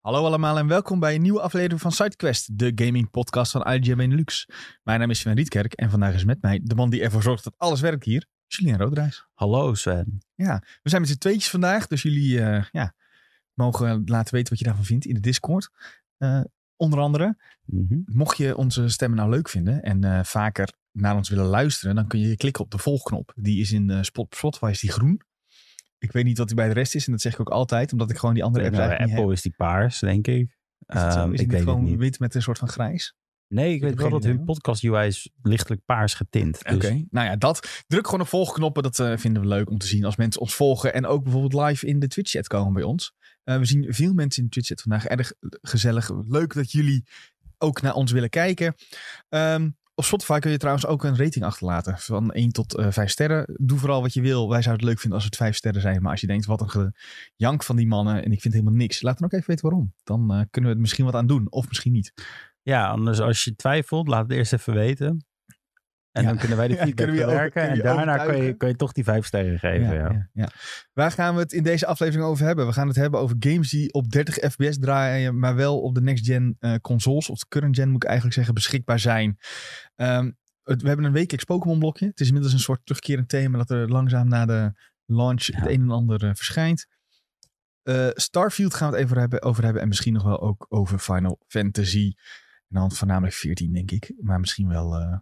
Hallo allemaal en welkom bij een nieuwe aflevering van SideQuest, de gaming podcast van IGN Benelux. Mijn naam is Sven Rietkerk en vandaag is met mij de man die ervoor zorgt dat alles werkt hier, Julien Roodrijs. Hallo Sven. We zijn met z'n tweetjes vandaag, dus jullie eh, ja, mogen laten weten wat je daarvan vindt in de Discord. Eh, onder andere, mocht je onze stemmen nou leuk vinden en eh, vaker naar ons willen luisteren, dan kun je klikken op de volgknop. Die is in eh, Spot Spotify is die groen. Ik weet niet wat die bij de rest is en dat zeg ik ook altijd, omdat ik gewoon die andere Ik apps weet nou, eigenlijk niet Apple is die paars, denk ik. heb. Is het zo? Ehm, Is het ik niet weet het gewoon niet. wit met een soort van grijs? Nee, ik heb weet wel geen dat idee, hun hoor. podcast UI is lichtelijk paars getint. Dus Oké, nou ja, dat. Druk gewoon op volgknoppen. Dat eh, vinden we leuk om te zien als mensen ons volgen. En ook bijvoorbeeld live in de Twitch-chat komen bij ons. Eh, we zien veel mensen in de Twitch-chat vandaag. Erg gezellig. Leuk dat jullie ook naar ons willen kijken. Ehm, op Spotify kun je trouwens ook een rating achterlaten. Van 1 tot eh 5 sterren. Doe vooral wat je wil. Wij zouden het leuk vinden als het 5 sterren zijn. Maar als je denkt, wat een gejank van die mannen. En ik vind helemaal niks. Laat dan ook even weten waarom. Dan eh, kunnen we het misschien wat aan doen. Of misschien niet. ja, anders als je twijfelt, laat het eerst even weten. En Ja. dan kunnen wij de Ja, kunnen feedback we je over- bewerken. kunnen En we je daarna kun je, overtuigen. kun je toch die vijf sterren geven. Ja, Ja, ja, ja. Waar gaan we het in deze aflevering over hebben? We gaan het hebben over games die op 30 fps draaien, maar wel op de next-gen eh, consoles, of de current-gen moet ik eigenlijk zeggen, beschikbaar zijn. Ehm, het- we hebben een wekelijks Pokémon-blokje. Het is inmiddels een soort terugkerend thema dat er langzaam na de launch Ja. het een en ander eh, verschijnt. Eh, Starfield gaan we het even hebben, over hebben en misschien nog wel ook over Final Fantasy. En dan voornamelijk 14, denk ik. Maar misschien wel... eh,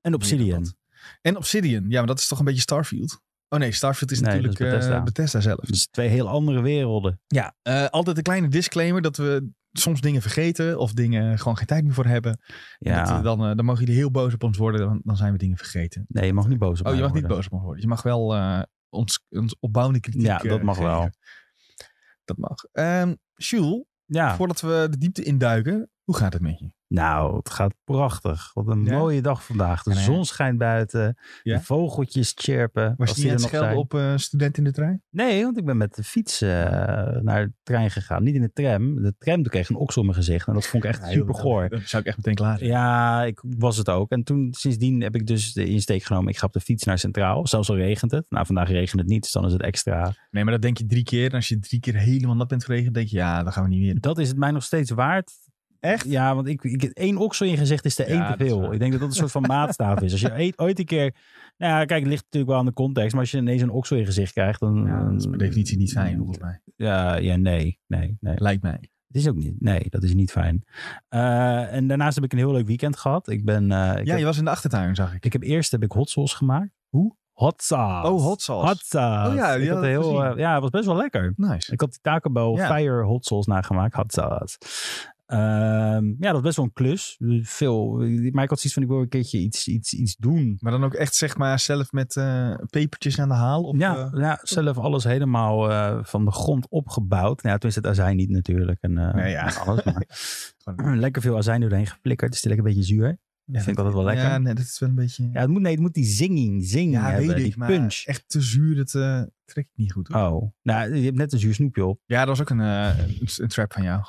En Obsidian. dat. en Obsidian, ja, maar dat is toch een beetje Starfield? Oh nee, Starfield is Nee, dat is natuurlijk eh, Bethesda. Bethesda. zelf. Dus twee heel andere werelden. Ja, eh, altijd een kleine disclaimer dat we soms dingen vergeten of dingen gewoon geen tijd meer voor hebben. En dat Ja. we dan, eh, dan mogen jullie heel boos op ons worden, dan, dan zijn we dingen vergeten. Nee, je mag niet boos op Oh, je mij mag niet worden. boos op ons worden. Je mag wel eh, ons, ons opbouwende kritiek Ja, dat eh, mag wel. geven. Dat mag. Ehm Jules, Ja, voordat we de diepte induiken, hoe gaat het met je? nou, het gaat prachtig. Wat een Ja? mooie dag vandaag. De En, eh, zon schijnt buiten. Ja? De vogeltjes chirpen. Was als je die niet aan er het nog schelden zijn. op eh, student in de trein? Nee, want ik ben met de fiets eh, naar de trein gegaan. Niet in de tram. De tram toen kreeg een oks op mijn gezicht. En dat vond ik echt super goor. Dat zou ik echt meteen klaar zijn. Ja, ik was het ook. En toen, sindsdien heb ik dus de insteek genomen. Ik ga op de fiets naar Centraal. Zelfs al regent het. Nou, vandaag regent het niet. Dus dan is het extra. Nee, maar dat denk je drie keer. En als je drie keer helemaal nat bent verregen, denk je, ja, dan gaan we niet meer. Dat is het mij nog steeds waard. Echt? Ja, want ik, ik, één oksel in je gezicht is de één Ja, te dat is veel. waar. Ik denk dat dat een soort van maatstaaf is. Als je eet- ooit een keer... Nou ja, kijk, het ligt natuurlijk wel aan de context. Maar als je ineens een oksel in je gezicht krijgt, dan... Ja, dat is per definitie niet fijn, volgens mij. Ja, ja nee, nee, nee. Lijkt mij. Het is ook niet. Nee, dat is niet fijn. Eh, en daarnaast heb ik een heel leuk weekend gehad. Ik ben. eh, ik, ja, heb, je was in de achtertuin, zag ik. ik heb eerst heb ik hot sauce gemaakt. Hoe? Hot sauce. Oh, hot sauce. Hot sauce. Oh ja, die Ik had had ik heel, gezien. eh, ja, het was best wel lekker. Nice. Ik had die Taco Bell Ja. Fire hot sauce nagemaakt. Hot sauce. Ehm, ja, dat was best wel een klus. Veel. Maar ik had zoiets van, ik wil een keertje iets, iets, iets doen. Maar dan ook echt, zeg maar, zelf met eh, pepertjes aan de haal? Of, ja, eh, ja, zelf alles helemaal eh, van de grond opgebouwd. Nou, ja, tenminste, het azijn niet natuurlijk. En, eh, Nee, ja. en alles, maar gewoon- lekker veel azijn doorheen geflikkerd. Het is lekker een beetje zuur. Ja, vind ik altijd wel lekker. Ja, nee, dat is wel een beetje... Ja, het moet, nee, het moet die zinging, zinging Ja, hebben, die maar punch. echt te zuur, dat eh, trek ik niet goed. hoor. Oh, nou, je hebt net een zuur snoepje op. Ja, dat was ook een, eh, een, een trap van jou.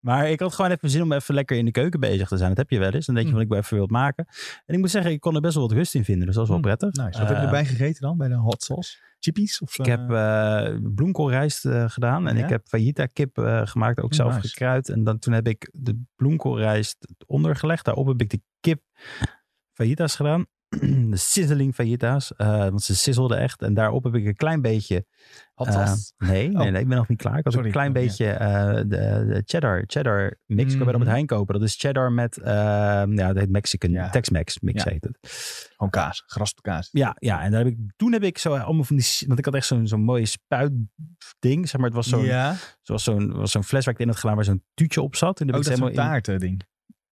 Maar ik had gewoon even zin om even lekker in de keuken bezig te zijn. Dat heb je wel eens. Dan denk je Hm. van, ik wil even wat maken. En ik moet zeggen, ik kon er best wel wat rust in vinden. Dus dat is wel Hm, prettig. Nice. Wat heb je Eh, erbij gegeten dan, bij de hot sauce? Chippies? Of, Ik eh, heb eh bloemkoolrijst eh, gedaan. En Ja? ik heb fajita kip eh, gemaakt, ook Oh, zelf nice. gekruid. En dan, toen heb ik de bloemkoolrijst ondergelegd. Daarop heb ik de kip fajita's gedaan. De sizzling fajita's. eh, want ze sizzelden echt. En daarop heb ik een klein beetje hot Eh, sauce. nee, Oh. nee, nee, ik ben nog niet klaar. Ik had ook Sorry, een oh, klein ja. beetje eh, de, de cheddar, cheddar mix. Ik kan bij Mhm. Robert Heijn kopen. Dat is cheddar met, eh, Mm. ja, dat heet Mexican, Ja. Tex-Mex mix Ja. heet het. Gewoon kaas, geraspte kaas. Ja, ja, en daar heb ik, toen heb ik zo eh, allemaal van die, want ik had echt zo'n zo'n mooie spuitding, zeg maar. Het was zo'n ja. het was zo'n was zo'n fles waar ik in had gedaan waar zo'n tuutje op zat. En toen Ook heb ik dat ze zo'n helemaal in- taart eh, ding.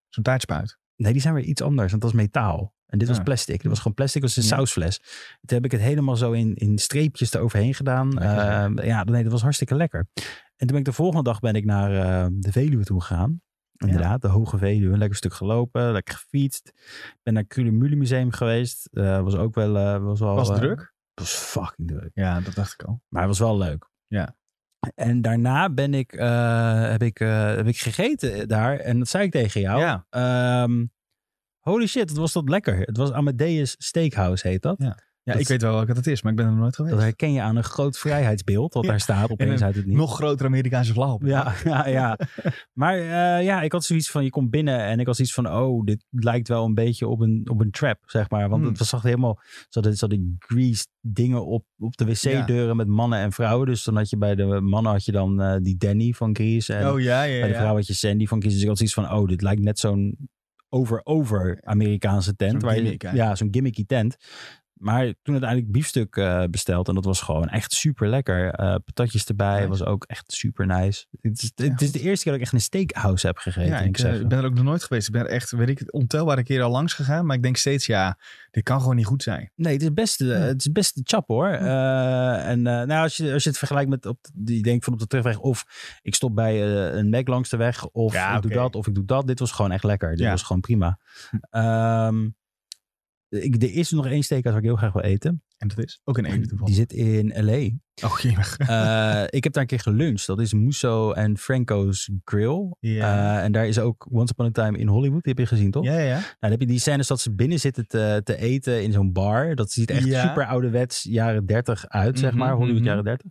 Zo'n taartspuit. Nee, die zijn weer iets anders, want dat was metaal. En dit was Ah. plastic. Dit was gewoon plastic, dat was een Ja. sausfles. Toen heb ik het helemaal zo in, in streepjes eroverheen gedaan. Lekker zeg. Ehm, ja, nee, dat was hartstikke lekker. En toen ben ik de volgende dag ben ik naar eh, de Veluwe toe gegaan. Inderdaad, de Hoge Veluwe. Een lekker stuk gelopen, lekker gefietst. Ben naar het Culemule Museum geweest. Eh, was ook wel... eh, was wel Was het eh, druk? was fucking druk. Ja, dat dacht ik al. Maar het was wel leuk. Ja. En daarna ben ik, eh, heb, ik, eh, heb ik gegeten daar. En dat zei ik tegen jou. Ja. Ehm, holy shit, het was dat lekker. Het was Amadeus Steakhouse, heet dat. Ja. Ja, Dat- ik weet wel welke dat is, maar ik ben er nog nooit geweest. Dat herken je aan een groot vrijheidsbeeld wat Ja. daar staat. Opeens een uit het niet. Nog grotere Amerikaanse vlag op. Ja, ja, ja. Maar eh, ja, ik had zoiets van, je komt binnen en ik was iets van, oh, dit lijkt wel een beetje op een, op een trap, zeg maar. Want Hmm. het was, zag er helemaal, ze hadden, ze hadden greased dingen op, op de wc-deuren met mannen en vrouwen. Dus dan had je bij de mannen had je dan eh, die Danny van Grease en oh ja, ja, bij de ja. vrouw had je Sandy van Grease. Dus ik had zoiets van, oh, dit lijkt net zo'n over-over Amerikaanse tent. Zo'n waar je- gimmick, hè? ja, zo'n gimmicky tent. Maar toen uiteindelijk biefstuk eh, besteld. En dat was gewoon echt super lekker. Eh, patatjes erbij Nice. was ook echt super nice. Het is, Ja, het is de eerste keer dat ik echt in een steakhouse heb gegeten. Ja, ik moet ik eh, zeggen. ben er ook nog nooit geweest. Ik ben er echt, weet ik, ontelbare keren al langs gegaan. Maar ik denk steeds, ja, dit kan gewoon niet goed zijn. Nee, het is best, eh, het is best een chap hoor. Eh, en eh, nou, als, je, als je het vergelijkt met, op, de- je denkt van op de terugweg, of ik stop bij eh, een Mac langs de weg, of Ja, ik doe oké. dat, of ik doe dat. Dit was gewoon echt lekker. Dit Ja. Hm. was gewoon prima. Ehm, ik, er is nog één steakhouse waar ik heel graag wil eten. En dat is ook in één Die toevallig. zit in L.A. Oh, jemig. Eh, ik heb daar een keer geluncht. Dat is Musso en Franco's Grill. Ja. Eh, en daar is ook Once Upon a Time in Hollywood. Die heb je gezien, toch? ja, ja, ja. Nou, dan heb je die scènes dat ze binnen zitten te, te eten in zo'n bar. Dat ziet echt Ja. super ouderwets jaren 30 uit, zeg Mhm, maar. Hollywood mhm. jaren 30.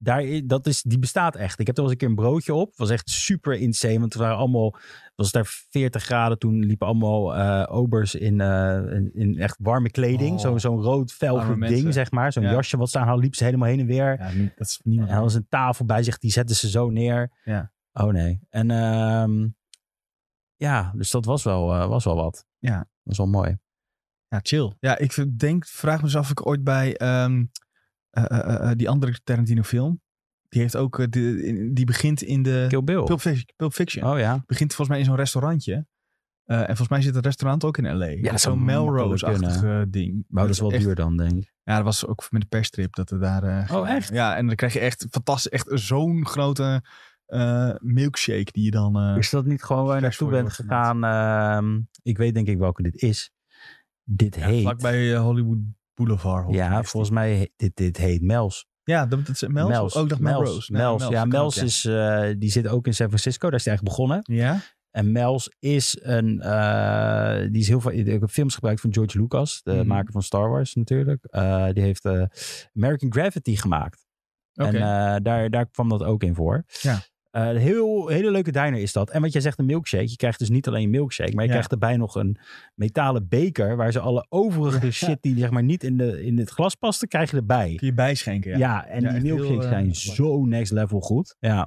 Daar, i- dat is, die bestaat echt. Ik heb er wel eens een keer een broodje op. was echt super insane. Want het waren allemaal, het was daar 40 graden. Toen liepen allemaal eh, obers in, eh, in, in echt warme kleding. Oh. Zo'n zo'n rood Arme velgen mensen. ding, zeg maar. Zo'n Ja. jasje wat ze aanhouden, liep ze helemaal heen en weer. ja niet- dat is niemand. En er was een tafel bij zich, die zetten ze zo neer. Ja. Oh nee. En ehm, ja, dus dat was wel, eh, was wel wat. Ja. Dat was wel mooi. Ja, chill. Ja, ik v- denk, vraag me eens af of ik ooit bij ehm, eh, eh, eh, die andere Tarantino film. Die heeft ook, eh, de, in- die begint in de Kill Bill. Pulp Fiction. Pulp Fiction. Oh ja. Begint volgens mij in zo'n restaurantje. Eh, en volgens mij zit het restaurant ook in L.A. Dat is zou zo'n makkelijk Melrose-achtig eh, ding. Maar Oh, dat is wel echt- duur dan, denk ik. Ja, dat was ook met de perstrip dat er daar... eh, Oh, echt? Ja, en dan krijg je echt fantastisch, echt zo'n grote eh, milkshake die je dan... eh, Is dat niet gewoon waar je Flash naartoe bent forward gegaan? ehm, ik weet denk ik welke dit is. Dit ja, heet... vlakbij eh, Hollywood Boulevard. hoor. ja, volgens mij heet- dit, dit heet Mels. Ja, dat, dat is Mel's. Oh, ik dacht Mels. Melrose. Nee, Mels. Ja, dat kan Mels ook, ja. is, eh, die zit ook in San Francisco. Daar is hij eigenlijk begonnen. Ja? En Mels is een. eh, die is heel veel. Ik heb films gebruikt van George Lucas, de Mhm. maker van Star Wars natuurlijk. Eh, die heeft eh, American Gravity gemaakt. Oké. En eh, daar, daar kwam dat ook in voor. Ja. Eh, een heel, hele leuke diner is dat. En wat jij zegt, een milkshake. Je krijgt dus niet alleen een milkshake, maar je Ja. krijgt erbij nog een metalen beker. Waar ze alle overige Ja. shit die zeg maar niet in, de, in het glas paste, krijg je erbij. Kun je bijschenken, Ja, ja. en Ja, die echt heel, milkshakes eh, zijn lekker. zo next level goed. Ja.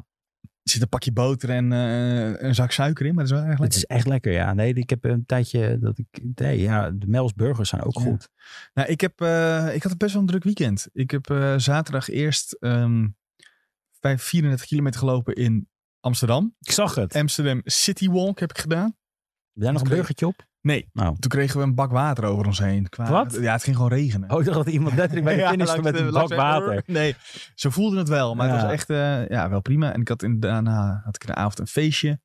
Er zit een pakje boter en eh, een zak suiker in, maar dat is wel erg Het lekker. is echt lekker, ja. Nee, ik heb een tijdje dat ik... Nee, ja, de Mel's burgers zijn ook Ja. goed. Nou, ik, heb, eh, ik had best wel een druk weekend. Ik heb eh, zaterdag eerst ehm, vijf 34 kilometer gelopen in Amsterdam. Ik zag het. Amsterdam City Walk heb ik gedaan. Heb jij nog een Oké. burgertje op? Nee, Nou. toen kregen we een bak water over ons heen. Qua- Wat? Ja, het ging gewoon regenen. Oh, ik dacht dat iemand letterlijk bij de Ja, finish langs met de- een bak langs de- water. Nee, ze voelden het wel. Maar het Ja. was echt eh, ja, wel prima. En ik had in, daarna had ik in de avond een feestje.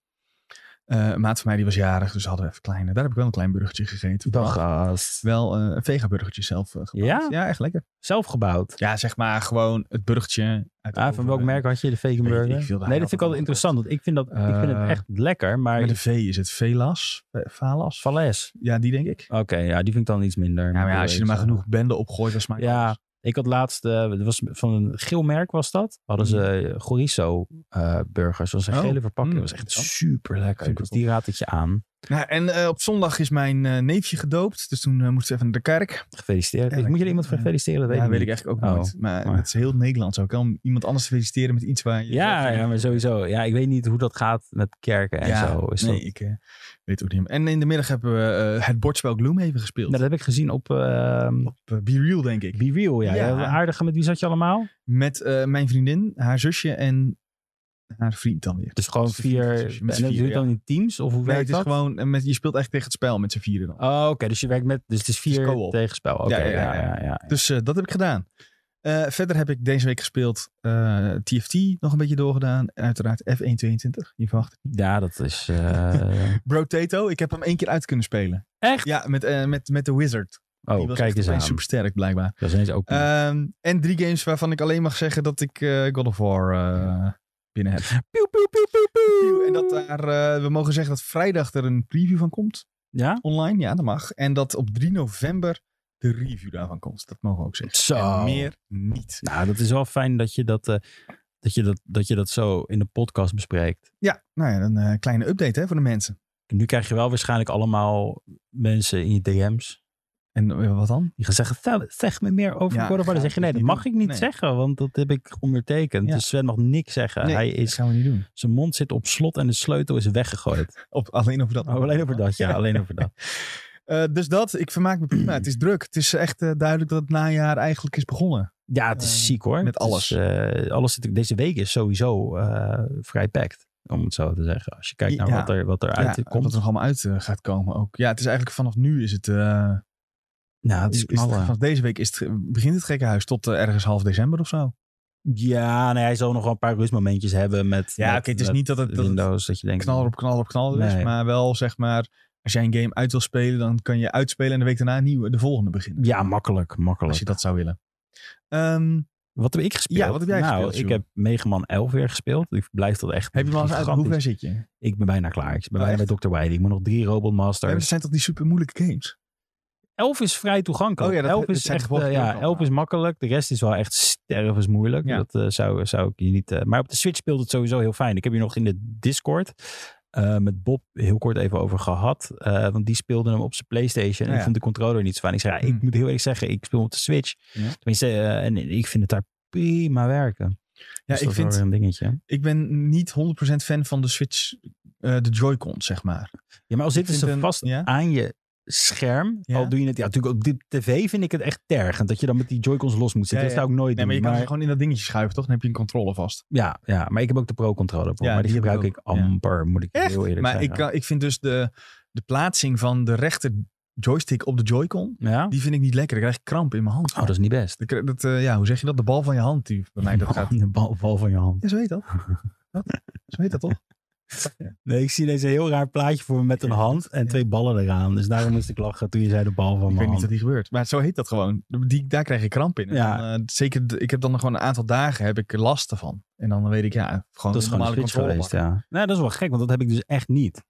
Eh, een maat van mij die was jarig, dus we hadden even kleine. Daar heb ik wel een klein burgertje gegeten. Dan gast. Wel eh, een vegaburgertje zelf eh, gemaakt. Ja? ja, echt lekker. Zelf gebouwd. Ja, zeg maar gewoon het burgertje. Uit de Ah, van oven. welk merk had je de vegan Weet ik burger? veel, daar nee, had dat vind ik ik altijd interessant. Want ik vind, dat, ik vind het Eh, echt lekker, Met een maar... V is het Velas. Eh, Valas? Valles. Ja, die denk ik. Oké, ja, die vind ik dan iets minder. Ja, maar ja, als je er maar Burgers, genoeg bende op gooit, dan smaakt Ja, alles. Ik had laatst, eh, het was van een geel merk was dat. Hadden ze Gorizo eh, burgers. Dat was een Mhm. Oh, gele verpakking. mm, dat was echt interessant. super lekker. Super Dus die raad het je aan. Nou, en eh, op zondag is mijn eh, neefje gedoopt. Dus toen eh, moest ze even naar de kerk. Gefeliciteerd. Ja, ik, moet je er lekker. iemand voor Ja. feliciteren? Dat weet ja, ik weet niet. ik eigenlijk Oh, ook niet. Maar, maar- dat is heel Nederlands ook. hè, Om iemand anders te feliciteren met iets waar je... Ja, zelf- ja, maar sowieso. Ja, ik weet niet hoe dat gaat met kerken en Ja, zo. Is nee, dat... ik eh, weet ook niet meer. En in de middag hebben we eh, het bordspel Gloomhaven gespeeld. Nou, dat heb ik gezien op ehm Op eh, Be Real, denk ik. Be Real. Ja. Ja. Ja, aardige. Met wie zat je allemaal? Met eh, mijn vriendin, haar zusje en haar vriend dan weer. Dus gewoon Met z'n vier- vier. met z'n En vier, dat doe je het ja. dan in teams? Of hoe Nee, werkt het is dat? gewoon... eh, Met, je speelt echt tegen het spel met z'n vieren dan. Oh, oké. Dus je werkt met. Dus het is is vier co-op. tegenspel. Oké, Ja, ja, ja, ja, ja, ja, Dus eh, dat heb ik gedaan. Eh, verder heb ik deze week gespeeld eh, TFT nog een beetje doorgedaan. En uiteraard F122. Je verwacht het niet. Ja, dat is. eh, Brotato, ik heb hem één keer uit kunnen spelen. Echt? Ja, met, eh, met, met de Wizard. Die Oh, was kijk echt eens aan. opeens supersterk blijkbaar. Dat is ineens ook. Ehm, en drie games waarvan ik alleen mag zeggen dat ik eh, God of War eh, binnen heb. Pew, pew, pew, pew, pew. En dat daar, eh, we mogen zeggen dat vrijdag er een preview van komt Ja? online. Ja, dat mag. En dat op 3 november de review daarvan komt. Dat mogen we ook zeggen. Zo. En meer niet. Nou, dat is wel fijn dat je dat, eh, dat, je dat, dat je dat zo in de podcast bespreekt. Ja, nou ja, een eh, kleine update hè, voor de mensen. Nu krijg je wel waarschijnlijk allemaal mensen in je DM's. En eh, wat dan? Die gaan zeggen, "Tel- zeg me meer over Ja, ja, Dan ga zeg je, ik nee, niet dat mag doen. ik niet Nee. zeggen, want dat heb ik ondertekend. Ja. Dus Sven mag niks zeggen. Nee, Hij dat is, gaan we niet doen. zijn mond zit op slot en de sleutel is weggegooid. Op, alleen over dat. Oh, alleen over dat, ja. Alleen over dat. Eh, dus dat, ik vermaak me prima. het is druk. Het is echt eh, duidelijk dat het najaar eigenlijk is begonnen. Ja, het is Eh, ziek hoor. met Het is, alles. eh, alles zit, deze week is sowieso eh, vrij packed, om het zo te zeggen. Als je kijkt naar Ja. wat, er, wat eruit ja, komt. Wat er nog allemaal uit eh, gaat komen ook. Ja, het is eigenlijk vanaf nu is het... eh, nou, het is knallen. vanaf deze week is het, begint het gekkenhuis tot eh, ergens half december of zo. Ja, nee, hij zal nog wel een paar rustmomentjes hebben met, Ja, met- oké, het is met niet dat het- dat het Windows, dat je denkt... Knaller op knaller op knaller is. Nee. Maar wel zeg maar, als jij een game uit wil spelen, dan kan je uitspelen en de week daarna een nieuwe, de volgende beginnen. Ja, makkelijk, makkelijk. Als je dat zou willen. Ehm, Wat heb ik gespeeld? Ja, wat heb jij nou, gespeeld, ik Sjoerd? heb Mega Man 11 weer gespeeld. Ik blijf dat echt heb je wel eens uit? gigantisch- Hoe ver zit je? Ja, Ik ben bijna klaar. Ik ben Oh, bijna bij Dr. Wiley. Ik moet nog drie Robot maar Masters. dat zijn toch die super moeilijke games? 11 is vrij toegankelijk. Oh ja, dat- 11 dat is zei ik echt, vorige eh, keer ja, ook al. 11 is makkelijk. De rest is wel echt stervens moeilijk. Ja. Dat eh, zou, zou ik je niet... eh, maar op de Switch speelt het sowieso heel fijn. Ik heb hier nog in de Discord eh, met Bob heel kort even over gehad. Eh, want die speelde hem op zijn Playstation. En Oh Ja. ik vond de controller niet zo fijn. Ik zei, ja, ik Hmm. moet heel eerlijk zeggen, ik speel hem op de Switch. Ja. Tenminste, eh, en ik vind het daar prima werken. Ja, Dus ik dat is wel vind, weer een dingetje. ik ben niet 100% fan van de Switch, eh, de Joy-Con, zeg maar. Ja, maar al zitten vind ze een- vast ja. aan je scherm, Ja. al doe je het... Ja, natuurlijk op de tv vind ik het echt tergend. Dat je dan met die Joy-Cons los moet zitten. Ja, Dat zou ik nooit Nee, doen. maar je kan ze gewoon in dat dingetje schuiven, toch? Dan heb je een controle vast. Ja, ja, maar ik heb ook de pro-controller. voor, Ja, maar die, die heb ik gebruik ik, ook. Ja. amper, moet ik heel eerlijk Maar zeggen. ik, kan- ik vind dus de, de plaatsing van de rechter joystick op de Joy-Con, Ja? die vind ik niet lekker. Ik krijg ik kramp in mijn hand. Oh, dat is niet best. Ik krijg- dat, eh, ja, hoe zeg je dat? De bal van je hand die bij mij dat gaat. De bal, bal van je hand. Ja, zo heet dat. Wat? Zo heet dat toch? Nee, ik zie deze heel raar plaatje voor me met een hand en twee ballen eraan. Dus daarom moest ik lachen toen je zei de bal van Ik mijn weet niet hand. dat die gebeurt. Maar zo heet dat gewoon. Die, daar krijg je kramp in. En Ja. dan, eh, zeker, de- ik heb dan gewoon een aantal dagen heb ik last ervan. En dan weet ik, ja, gewoon Dat is een gewoon een normale switch controle. geweest, ja. Nou, dat is wel gek, want dat heb ik dus echt niet.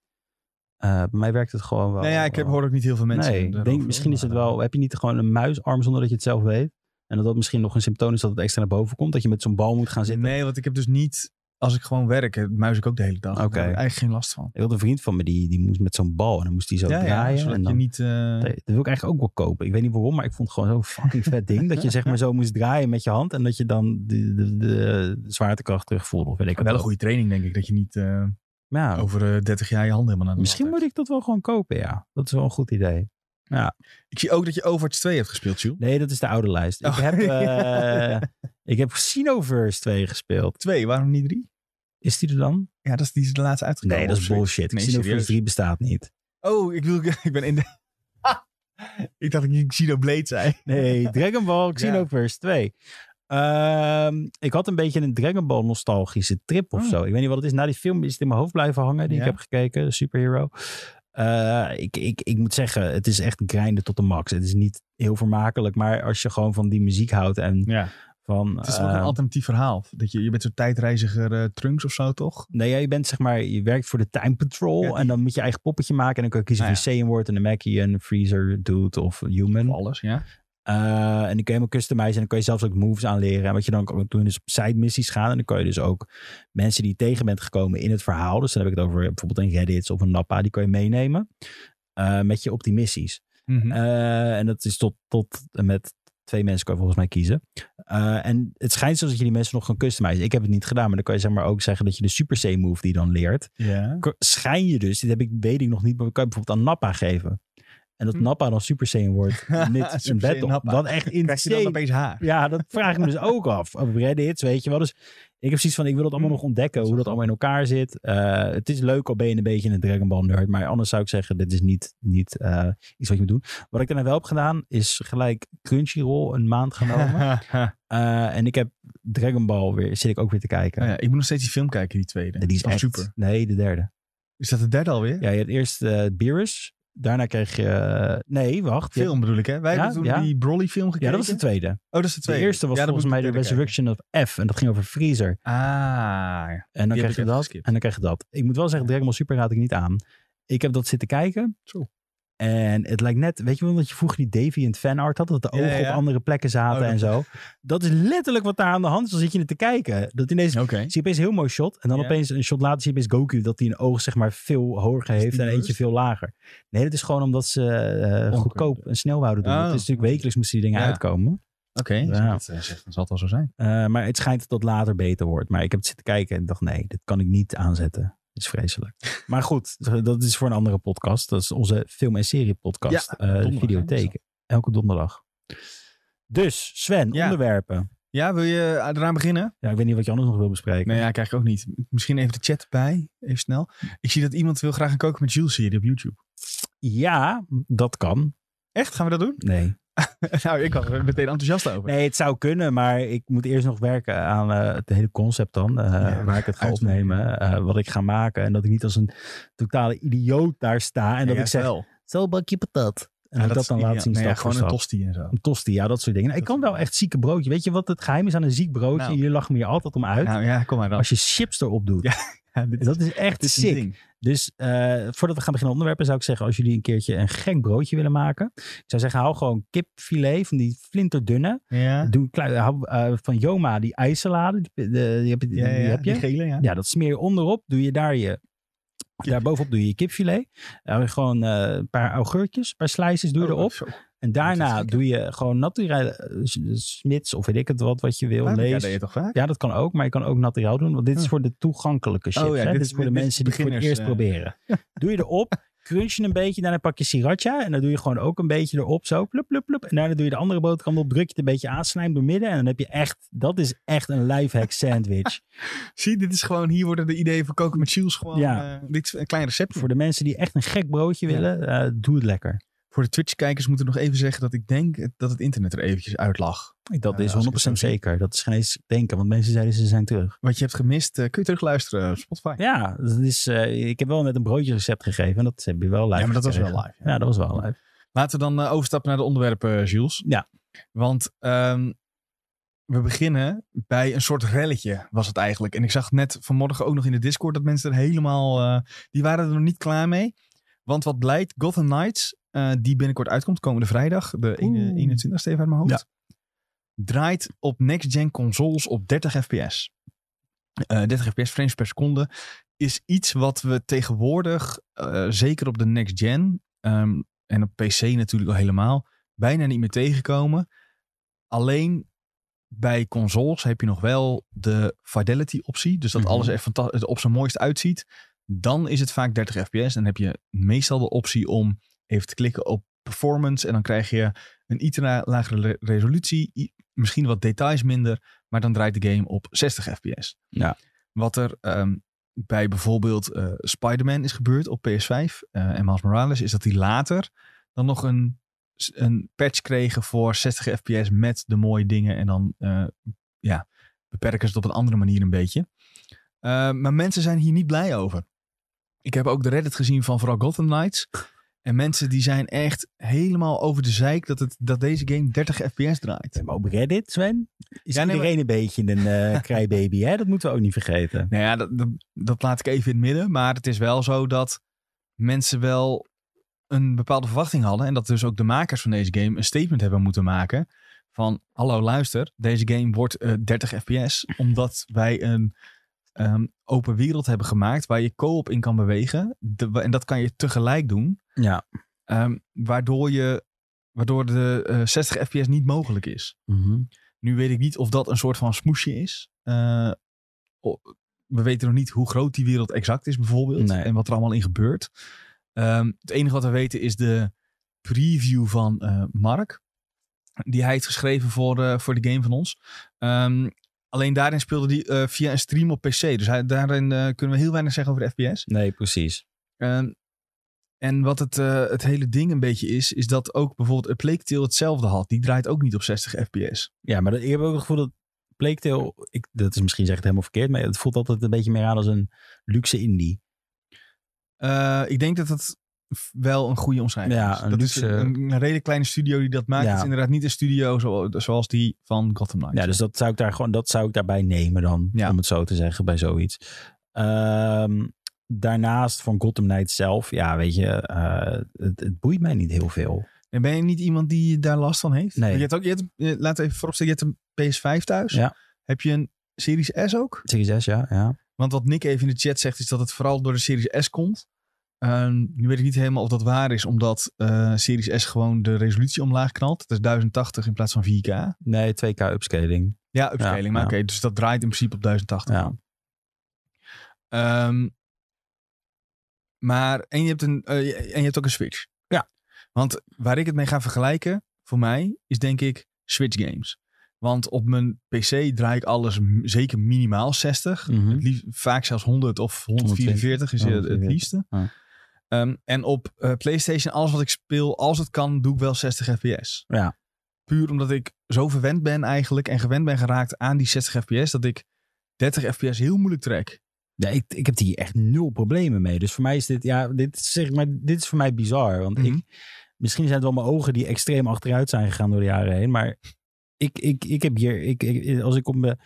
Eh, bij mij werkt het gewoon wel. eh, Nou ja, ik heb, wel- hoor ook niet heel veel mensen. Nee, ik daarover, denk, misschien is het maar, eh, wel... Heb je niet gewoon een muisarm zonder dat je het zelf weet? En dat dat misschien nog een symptoom is dat het extra naar boven komt? Dat je met zo'n bal moet gaan zitten? Nee, want ik heb dus niet... Als ik gewoon werk, hè, muis ik ook de hele dag. Oké. Daar heb ik eigenlijk geen last van. Ik had een vriend van me, die, die moest met zo'n bal en dan moest hij zo draaien. zodat en je dan, niet... eh, dat wil ik eigenlijk ook wel kopen. Ik weet niet waarom, maar ik vond het gewoon zo'n fucking vet ding. Dat je zeg maar zo moest draaien met je hand en dat je dan de, de, de zwaartekracht terugvoelde. Of weet ik wel een wat. goede training, denk ik. Dat je niet eh, Ja, over eh, 30 jaar je handen helemaal aan de Oh. misschien lat moet ik dat wel gewoon kopen, ja. Dat is wel een goed idee. hebt. Ik zie ook dat je Overwatch 2 hebt gespeeld, Jules. Nee, dat is de oude lijst. Ik Oh, heb, ja. eh, ik heb Xenoverse 2 gespeeld. 2, waarom niet 3? Is die er dan? Ja, dat is, die is de laatste uitgekomen. Nee, dat is of zoiets. bullshit. Nee, Xenoverse serieus. 3 bestaat niet. Oh, ik, wil, ik ben in de... ik dacht dat ik Xenoblade zei. Nee, Dragon Ball Xenoverse 2. Ehm, ik had een beetje een Dragon Ball nostalgische trip of Oh. zo. Ik weet niet wat het is. Na die film is het in mijn hoofd blijven hangen die Ja. ik heb gekeken. Superhero. Eh, ik, ik, ik moet zeggen, het is echt grinden tot de max. Het is niet heel vermakelijk, maar als je gewoon van die muziek houdt en Ja. van... Het is nog eh, een alternatief verhaal. Dat je, je bent zo'n tijdreiziger eh, Trunks of zo, toch? Nee, ja, je bent zeg maar, je werkt voor de Time Patrol Ja, die- en dan moet je eigen poppetje maken. En dan kun je kiezen Nou voor een C-woord en een Mackie, een Freezer Dude of een Human. Of alles, ja. Eh, en dan kun je helemaal customizen en dan kun je zelfs ook moves aanleren. En wat je dan kan doen is op side missies gaan. En dan kun je dus ook mensen die je tegen bent gekomen in het verhaal. Dus dan heb ik het over bijvoorbeeld een Reddit of een Nappa. Die kun je meenemen eh, met je op die missies. Mhm. Eh, en dat is tot, tot en met twee mensen kan je volgens mij kiezen. Eh, en het schijnt zo dat je die mensen nog kan customizen. Ik heb het niet gedaan, maar dan kan je zeg maar ook zeggen dat je de Super C-move die je dan leert ja. k- schijn je dus, dit heb ik, weet ik nog niet, maar kan je bijvoorbeeld aan Nappa geven. En dat Hm. Nappa dan Super Saiyan wordt Super met een Saiyan battle. Nappa. Wat echt Krijg je dan insane. opeens haar? Ja, dat vraag ik me dus ook af. Op Reddit, weet je wel. Dus ik heb zoiets van, ik wil dat allemaal nog ontdekken, Hm. Dat is wel hoe dat allemaal in elkaar zit. Eh, het is leuk, al ben je een beetje een Dragon Ball nerd. Maar anders zou ik zeggen, dit is niet, niet eh, iets wat je moet doen. Wat ik daarna wel heb gedaan, is gelijk Crunchyroll een maand genomen. Eh, en ik heb Dragon Ball weer, zit ik ook weer te kijken. Nou ja, ik moet nog steeds die film kijken, die tweede. En Die is Dat echt, super. Nee, de derde. Is dat de derde alweer? Ja, je hebt eerst eh Beerus. Daarna kreeg je... eh, nee, wacht. Je hebt- Film bedoel ik, hè? Wij Ja, hebben toen ja. die Broly film gekeken. ja, dat was de tweede. Oh, dat is de tweede. De eerste was Ja, dan volgens moet mij ik de derde kijken. Resurrection of F. En dat ging over Freezer. Ah, ja. En Die dan heb kreeg ik je even dat. geskipt. En dan kreeg je dat. Ik moet wel zeggen, Dragon Ball Super raad ik niet aan. Ik heb dat zitten kijken. Zo. En het lijkt net, weet je wel, dat je vroeger die deviant fanart had, dat de Ja, ogen ja. op andere plekken zaten Oh, en zo. Dat is letterlijk wat daar aan de hand is. Dan zit je er te kijken. Dat ineens Oké. zie je opeens een heel mooi shot. En dan Ja. opeens een shot later zie je opeens Goku dat hij een oog zeg maar veel hoger die heeft en bewust? eentje veel lager. Nee, dat is gewoon omdat ze eh, Onkunde. goedkoop en snel wouden doen. Oh. Het is natuurlijk wekelijks moesten die dingen Ja. uitkomen. Oké. Ja. Dat eh, zegt- dat zal het wel zo zijn. Eh, maar het schijnt dat dat later beter wordt. Maar ik heb het zitten kijken en dacht nee, dat kan ik niet aanzetten. Dat is vreselijk. maar goed, dat is voor een andere podcast. Dat is onze film- en serie-podcast. Ja, eh, donderdag, hè, dus is videotheek. Elke donderdag. Dus, Sven, Ja. onderwerpen. Ja, wil je eh, eraan beginnen? Ja, ik weet niet wat je anders nog wil bespreken. Nee, Nou ja, krijg ik ook niet. Misschien even de chat bij, even snel. Ik zie dat iemand wil graag een koken met Jules serie op YouTube. Ja, dat kan. Echt? Gaan we dat doen? Nee. nou, ik was er meteen enthousiast over. Nee, het zou kunnen, maar ik moet eerst nog werken aan eh, het hele concept dan. eh, Ja, waar ik het ga uitwerken. opnemen, eh, wat ik ga maken. En dat ik niet als een totale idioot daar sta. En dat ik zeg, wel. zo bak je patat. Ja, En dat, ik dat is dan ideaal. laat zien. Nee, ja, stap voor gewoon een stap. tosti en zo. Een tosti, ja, dat soort dingen. Nou, ik Dat- kan wel echt zieke broodje. Weet je wat het geheim is aan een ziek broodje? Nou. Hier lachen we je altijd om uit. Nou ja, kom maar dan. als je chips erop doet. Ja, Ja, dit is- Dat is echt dit is een sick. ding. Dus eh, voordat we gaan beginnen onderwerpen, zou ik zeggen: als jullie een keertje een gek broodje willen maken, ik zou zeggen: hou gewoon kipfilet van die flinterdunne. Ja. Doe een klui- hou, eh, van Joma die ijssalade. Die, de- die heb je. Ja, ja, die heb je. die gele, ja. Ja, dat smeer je onderop. Doe je daar je. Daarbovenop doe je je kipfilet. Dan gewoon eh, een paar augurtjes, een paar slices doe je Oh, erop. zo. Waar En Dat is daarna lekker. doe je gewoon naturale smits of weet ik het wat, wat je wil. heb ik- Ja, Lees. dat je toch vaak? Ja, dat kan ook, maar je kan ook naturaal doen. Want dit is Ja. voor de toegankelijke chips. Hm. Oh ja, hè? dit Dit is- is voor de dit is mensen die het voor het eerst beginners, eh, proberen. Doe je erop, crunch je een beetje, daarna pak je sriracha. En dan doe je gewoon ook een beetje erop, zo. Plup, plup, plup. En daarna doe je de andere boterham op, druk je het een beetje aan, slijm door midden. En dan heb je echt, dat is echt een lifehack sandwich. Zie, dit is gewoon, hier worden de ideeën voor koken met Jules gewoon. Ja. eh, dit is een klein recept voor de mensen die echt een gek broodje Ja. willen, eh, doe het lekker. Voor de Twitch-kijkers moet ik nog even zeggen dat ik denk dat het internet er eventjes uit lag. Dat Ja, is als ik het 100% zo zie. zeker. Dat is geen eens denken, want mensen zeiden ze zijn terug. Wat je hebt gemist, eh, kun je terugluisteren op Spotify. Ja, dat is, eh, ik heb wel net een broodjesrecept gegeven. En dat heb je wel live Ja, maar dat was wel gekregen. live. Ja, dat was wel live. Laten we dan eh, overstappen naar de onderwerpen, Jules. Ja. Want ehm, we beginnen bij een soort relletje, was het eigenlijk. En ik zag net vanmorgen ook nog in de Discord dat mensen er helemaal... eh, die waren er nog niet klaar mee. Want wat blijkt, Gotham Knights, eh, die binnenkort uitkomt, komende vrijdag, de ene- Oeh. 21ste even uit mijn hoofd, draait op next-gen consoles op 30 fps. Eh, 30 fps, frames per seconde, is iets wat we tegenwoordig, eh, zeker op de next-gen ehm, en op PC natuurlijk al helemaal, bijna niet meer tegenkomen. Alleen bij consoles heb je nog wel de fidelity optie, dus dat Mhm. alles er fanta- er op zijn mooist uitziet dan is het vaak 30 fps. Dan heb je meestal de optie om even te klikken op performance. En dan krijg je een iets la- lagere re- resolutie. i- Misschien wat details minder. Maar dan draait de game op 60 fps. Ja. Wat er ehm, bij bijvoorbeeld eh Spider-Man is gebeurd op PS5 eh, en Miles Morales. Is dat die later dan nog een, s- een patch kregen voor 60 fps met de mooie dingen. En dan eh, ja, beperken ze het op een andere manier een beetje. Eh, maar mensen zijn hier niet blij over. Ik heb ook de Reddit gezien van vooral Gotham Knights. En mensen die zijn echt helemaal over de zeik dat, het, dat deze game 30 fps draait. Maar op Reddit, Sven, is Ja, nee, iedereen een beetje een eh crybaby. Hè? Dat moeten we ook niet vergeten. Nou ja, dat, dat, dat laat ik even in het midden. Maar het is wel zo dat mensen wel een bepaalde verwachting hadden. En dat dus ook de makers van deze game een statement hebben moeten maken. Van, hallo luister, deze game wordt eh, 30 fps. Omdat wij een ehm, open wereld hebben gemaakt waar je co-op in kan bewegen. De- en dat kan je tegelijk doen. Ja. Ehm, waardoor, je, waardoor de eh, 60 fps niet mogelijk is. mhm. Nu weet ik niet of dat een soort van smoesje is. Eh, o- we weten nog niet hoe groot die wereld exact is bijvoorbeeld. Nee. En wat er allemaal in gebeurt. Ehm, het enige wat we weten is de preview van eh, Mark. Die hij heeft geschreven voor, eh, voor de game van ons. Ehm, alleen daarin speelde hij eh, via een stream op PC. Dus hij, daarin eh, kunnen we heel weinig zeggen over de FPS. Nee, precies. Ehm, en wat het, eh, het hele ding een beetje is, is dat ook bijvoorbeeld A Plague Tale hetzelfde had. Die draait ook niet op 60 fps. Ja, maar dat, ik heb ook het gevoel dat Plague Tale, ik, dat is misschien zegt helemaal verkeerd, maar het voelt altijd een beetje meer aan als een luxe indie. Eh, ik denk dat dat f- wel een goede omschrijving Ja, is. een Dat luxe- is een, een redelijk kleine studio die dat maakt. Ja. Het is inderdaad niet een studio zo- zoals die van Gotham Knights. Ja, dus dat zou ik, daar gewoon, dat zou ik daarbij nemen dan, Ja. om het zo te zeggen, bij zoiets. Ehm, daarnaast van Gotham Knight zelf, ja, weet je, eh, het, het boeit mij niet heel veel. En ben je niet iemand die daar last van heeft? Nee. Je hebt ook, je hebt, eh, laat even vooropstellen, je hebt een PS5 thuis. Ja. Heb je een Series S ook? Series S, ja, ja. Want wat Nick even in de chat zegt, is dat het vooral door de Series S komt. Ehm, nu weet ik niet helemaal of dat waar is, omdat eh, Series S gewoon de resolutie omlaag knalt. Het is 1080 in plaats van 4K. Nee, 2K upscaling. Ja, upscaling. Ja, maar ja. oké, dus dat draait in principe op 1080. Ja. Ehm, maar, en je, hebt een, eh, je- en je hebt ook een Switch. Ja. Want waar ik het mee ga vergelijken, voor mij, is denk ik Switch games. Want op mijn PC draai ik alles m- zeker minimaal 60. Mhm. Het liefst, vaak zelfs 100 of 144 is het, het 144, liefste. ja. Ehm, en op eh, PlayStation, alles wat ik speel, als het kan, doe ik wel 60 fps. Ja. Puur omdat ik zo verwend ben eigenlijk en gewend ben geraakt aan die 60 fps, dat ik 30 fps heel moeilijk trek. Ja, ik, ik heb hier echt nul problemen mee. Dus voor mij is dit, ja, dit is, zeg maar, dit is voor mij bizar. Want Mhm. ik, misschien zijn het wel mijn ogen die extreem achteruit zijn gegaan door de jaren heen. Maar ik, ik, ik heb hier, ik, ik- als ik op mijn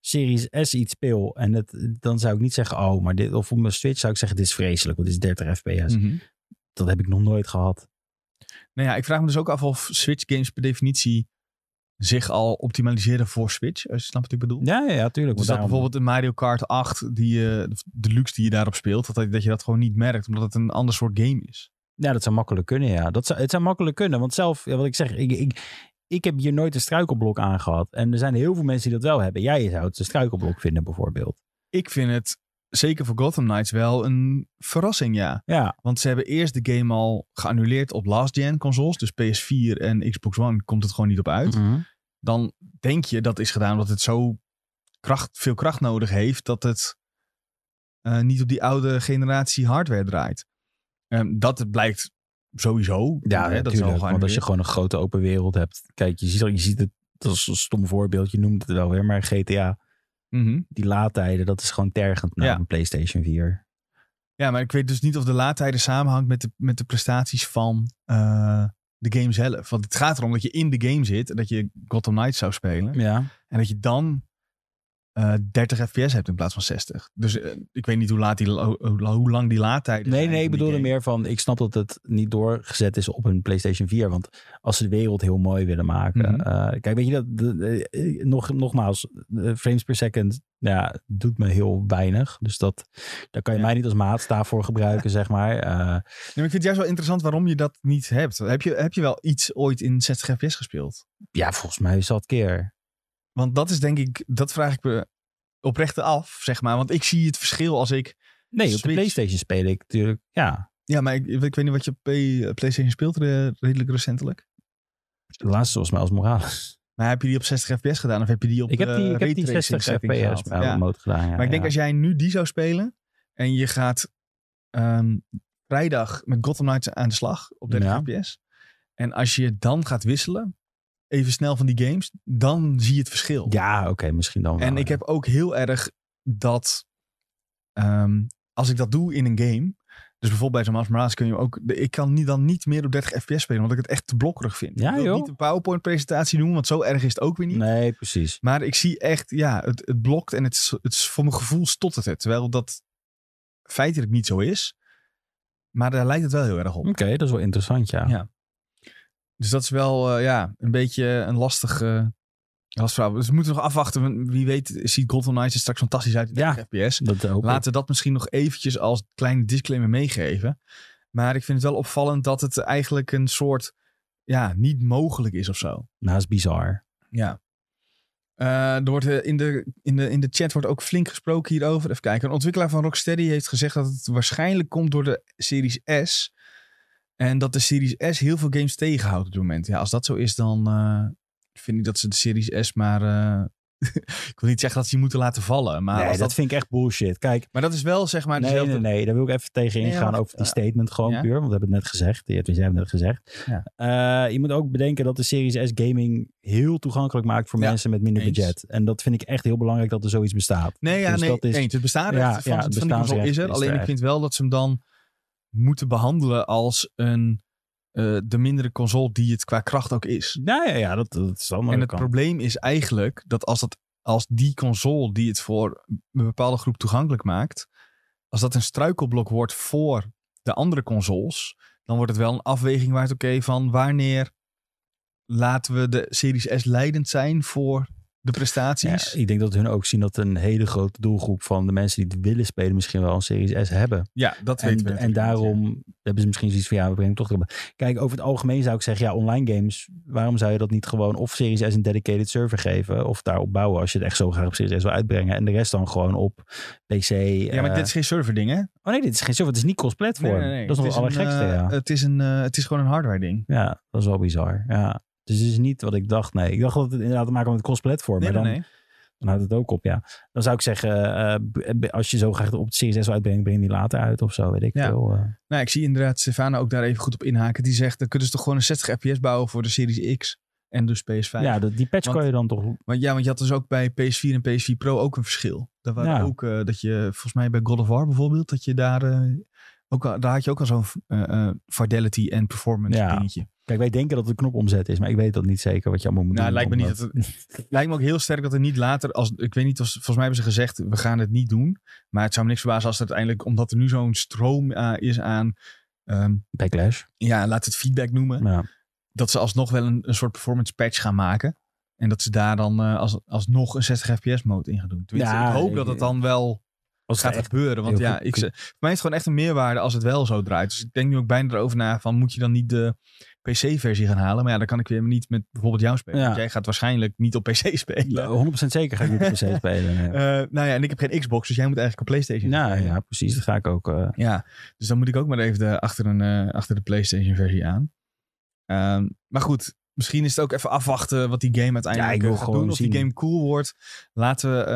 Series S iets speel en het, dan zou ik niet zeggen, oh, maar dit, of op mijn Switch zou ik zeggen, dit is vreselijk, want dit is 30 fps. Mhm. Dat heb ik nog nooit gehad. Nou ja, ik vraag me dus ook af of Switch games per definitie zich al optimaliseren voor Switch. Als je snapt wat ik bedoel. Ja, ja, ja tuurlijk. Dus want dat daarom- bijvoorbeeld een Mario Kart 8, die, eh, de luxe die je daarop speelt, dat, dat je dat gewoon niet merkt, omdat het een ander soort game is. Ja, dat zou makkelijk kunnen, ja. Dat zou, het zou makkelijk kunnen, want zelf, ja, wat ik zeg, ik, ik, ik heb hier nooit een struikelblok aan gehad. En er zijn heel veel mensen die dat wel hebben. Jij zou het een struikelblok vinden, bijvoorbeeld. Ik vind het, zeker voor Gotham Knights, wel een verrassing, ja. Ja, Want ze hebben eerst de game al geannuleerd op last-gen consoles, dus PS4 en Xbox One komt het gewoon niet op uit. Mhm. Dan denk je dat is gedaan omdat het zo kracht, veel kracht nodig heeft dat het eh, niet op die oude generatie hardware draait. Ehm, dat blijkt sowieso. ja hè, dat is al natuurlijk. Want als je geannuleerd. gewoon een grote open wereld hebt. Kijk, je ziet, al- je ziet het, dat is een stom voorbeeld, je noemt het wel weer. Maar GTA, Mhm. die laadtijden, dat is gewoon tergend naar Ja. een PlayStation 4. Ja, maar ik weet dus niet of de laadtijden samenhangt met de, met de prestaties van eh, de game zelf. Want het gaat erom dat je in de game zit en dat je Gotham Knights zou spelen. Ja, En dat je dan eh, 30 fps hebt in plaats van 60. Dus eh, ik weet niet hoe, laat die, hoe, hoe lang die laadtijden Nee, zijn nee, ik van die bedoelde game. meer van, ik snap dat het niet doorgezet is op een PlayStation 4. Want als ze de wereld heel mooi willen maken. Mhm. eh, kijk, weet je dat, de- eh, nog, nogmaals, eh, frames per second ja, doet me heel weinig. Dus dat, daar kan je Ja. mij niet als maatstaaf voor gebruiken, zeg maar. Eh, Nee, maar ik vind het juist wel interessant waarom je dat niet hebt. Heb je, heb je wel iets ooit in 60 fps gespeeld? ja, volgens mij is dat keer. Want dat is denk ik, dat vraag ik me oprecht af, zeg maar. Want ik zie het verschil als ik... Nee, op de Switch. PlayStation speel ik natuurlijk, ja. Ja, maar ik, ik weet niet wat je op P- PlayStation speelt eh, redelijk recentelijk. De laatste volgens mij als Morales. Maar heb je die op 60 fps gedaan of heb je die op Ik heb eh, die, ik heb die raytracing 60 setting fps gehaald? Ja. mode gedaan, ja, Maar ik denk ja. als jij nu die zou spelen en je gaat ehm, vrijdag met Gotham Knights aan de slag op 30 Ja. fps. En als je dan gaat wisselen, even snel van die games, dan zie je het verschil. Ja, oké, misschien dan wel, en ik ja. heb ook heel erg dat ehm, als ik dat doe in een game, dus bijvoorbeeld bij zo'n Miles Morales kun je ook, ik kan niet, dan niet meer op 30 fps spelen, want ik het echt te blokkerig vind. Ja, ik wil joh. niet een PowerPoint presentatie doen, want zo erg is het ook weer niet. Nee, precies. Maar ik zie echt, ja, het, het blokt en het, is- het is- voor mijn gevoel stottert het. Terwijl dat feitelijk niet zo is. Maar daar lijkt het wel heel erg op. Oké, dat is wel interessant, ja. Ja. Dus dat is wel, eh, ja, een beetje een lastig, eh, lastig verhaal. Dus we moeten nog afwachten. want Wie weet ziet Gotham Knights er straks fantastisch uit in Ja. 30 FPS. Dat hoop ik. Laten we dat misschien nog eventjes als kleine disclaimer meegeven. Maar ik vind het wel opvallend dat het eigenlijk een soort, ja, niet mogelijk is of zo. Nou, is bizar. Ja. Eh, er wordt, eh, in, de, in, de, in de chat wordt ook flink gesproken hierover. Even kijken. Een ontwikkelaar van Rocksteady heeft gezegd dat het waarschijnlijk komt door de Series S. En dat de Series S heel veel games tegenhoudt op dit moment. Ja, als dat zo is, dan eh, vind ik dat ze de Series S maar... eh, ik wil niet zeggen dat ze die moeten laten vallen. Maar, nee, als dat, dat, vind ik echt bullshit. Kijk, maar dat is wel zeg maar nee, dezelfde... nee, nee, daar wil ik even tegen Nee, ingaan wacht. over die Ja. statement gewoon Ja. puur. Want we hebben het net gezegd. Ja, tenminste, jij hebt het net gezegd. Eh, je moet ook bedenken dat de Series S gaming heel toegankelijk maakt voor Ja, mensen met minder eens. budget. En dus dat vind ik echt heel belangrijk dat er zoiets bestaat. Nee, ja, Dus nee, dat is- eens. Het bestaan Ja, van, ja, het van die console bestaansrecht is er. is alleen er ik echt. vind wel dat ze hem dan moeten behandelen als een eh, de mindere console die het qua kracht ook is. Nou ja, ja dat, dat is allemaal en het probleem is eigenlijk dat als, dat als die console die het voor een bepaalde groep toegankelijk maakt, als dat een struikelblok wordt voor de andere consoles, dan wordt het wel een afweging waard, oké, van wanneer laten we de Series S leidend zijn voor de prestaties. Ja, ik denk dat hun ook zien dat een hele grote doelgroep van de mensen die het willen spelen misschien wel een Series S hebben. Ja, dat En, weten we. en natuurlijk niet, daarom hebben ze misschien zoiets van ja, we brengen hem toch erbij. Kijk, over het algemeen zou ik zeggen ja, online games, waarom zou je dat niet gewoon of Series S een dedicated server geven of daarop bouwen als je het echt zo graag op Series S wil uitbrengen en de rest dan gewoon op PC. ja. eh, ja, maar dit is geen serverding, hè? Oh nee, dit is geen server, het is niet cross-platform. Dat is nog Het het allergekste, een, eh, ja. Het is, een, eh, het is gewoon een hardware ding. Ja, dat is wel bizar. Ja. Dus het is niet wat ik dacht. Nee, ik dacht dat het inderdaad te maken had met cross-platform. Nee, maar dan, nee, nee. dan houdt het ook op, ja. Dan zou ik zeggen, eh, b- b- als je zo graag op het CSS wil uitbrengen, breng die later uit of zo, weet ik Ja. veel. eh. Nou, ik zie inderdaad Stefano ook daar even goed op inhaken. Die zegt, dan kunnen ze toch gewoon een 60 fps bouwen voor de Series X en dus PS5. ja, dat- die patch Want- kan je dan toch... Want ja, want je had dus ook bij PS4 en PS4 Pro ook een verschil. Daar waren Ja. ook eh, dat je, volgens mij bij God of War bijvoorbeeld, dat je daar eh, ook al- daar had je ook al zo'n eh, eh, fidelity en performance Ja. dingetje. Kijk, wij denken dat het een knop omzet is, maar ik weet dat niet zeker wat je allemaal moet Nou, doen. lijkt me om eh, niet dat het, lijkt me ook heel sterk dat er niet later, als ik weet niet, als, volgens mij hebben ze gezegd we gaan het niet doen, maar het zou me niks verbazen als het uiteindelijk, omdat er nu zo'n stroom eh, is aan, ehm, Backlash. ja, laat het feedback noemen, Ja. dat ze alsnog wel een, een soort performance patch gaan maken. En dat ze daar dan eh, als, alsnog een 60 fps mode in gaan doen. Tenminste, Ja, ik hoop ik- dat het dan wel Als het gaat echt... gebeuren. Want heel ja, goed ik, kun- ze- voor mij is het gewoon echt een meerwaarde als het wel zo draait. Dus ik denk nu ook bijna erover na van moet je dan niet de PC-versie gaan halen. Maar ja, dan kan ik weer niet met bijvoorbeeld jou spelen. Ja. Want jij gaat waarschijnlijk niet op PC spelen. Ja, 100% eh, zeker ga ik niet op PC spelen. nee. Eh, nou ja, en ik heb geen Xbox, dus jij moet eigenlijk een PlayStation. Nou Ja, spelen. ja, precies. Dat ga ik ook... eh, Ja, dus dan moet ik ook maar even de, achter, een, eh, achter de PlayStation-versie aan. Ehm, maar goed, misschien is het ook even afwachten wat die game uiteindelijk Ja, ik eh, wil gaat gewoon doen. Of die zien. game cool wordt. Laten we... eh,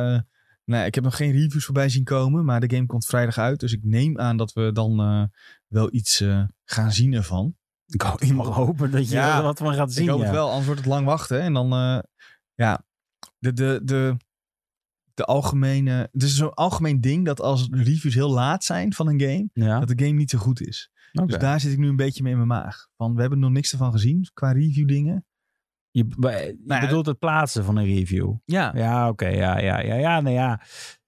nou, ja, ik heb nog geen reviews voorbij zien komen, maar de game komt vrijdag uit. Dus ik neem aan dat we dan eh, wel iets eh, gaan zien ervan. Ik ho- ik mag hopen dat je Ja, er wat van gaat zien. ik hoop ja. het wel, anders wordt het lang wachten. En dan, eh, ja, de, de, de, de algemene... Het is zo'n algemeen ding dat als reviews heel laat zijn van een game, Ja, dat de game niet zo goed is. oké. Dus daar zit ik nu een beetje mee in mijn maag. Van, we hebben nog niks ervan gezien qua review dingen. Je, maar, eh, je Nou ja, bedoelt het plaatsen van een review. Ja. Ja, oké. ja, ja, ja, ja. Nou ja.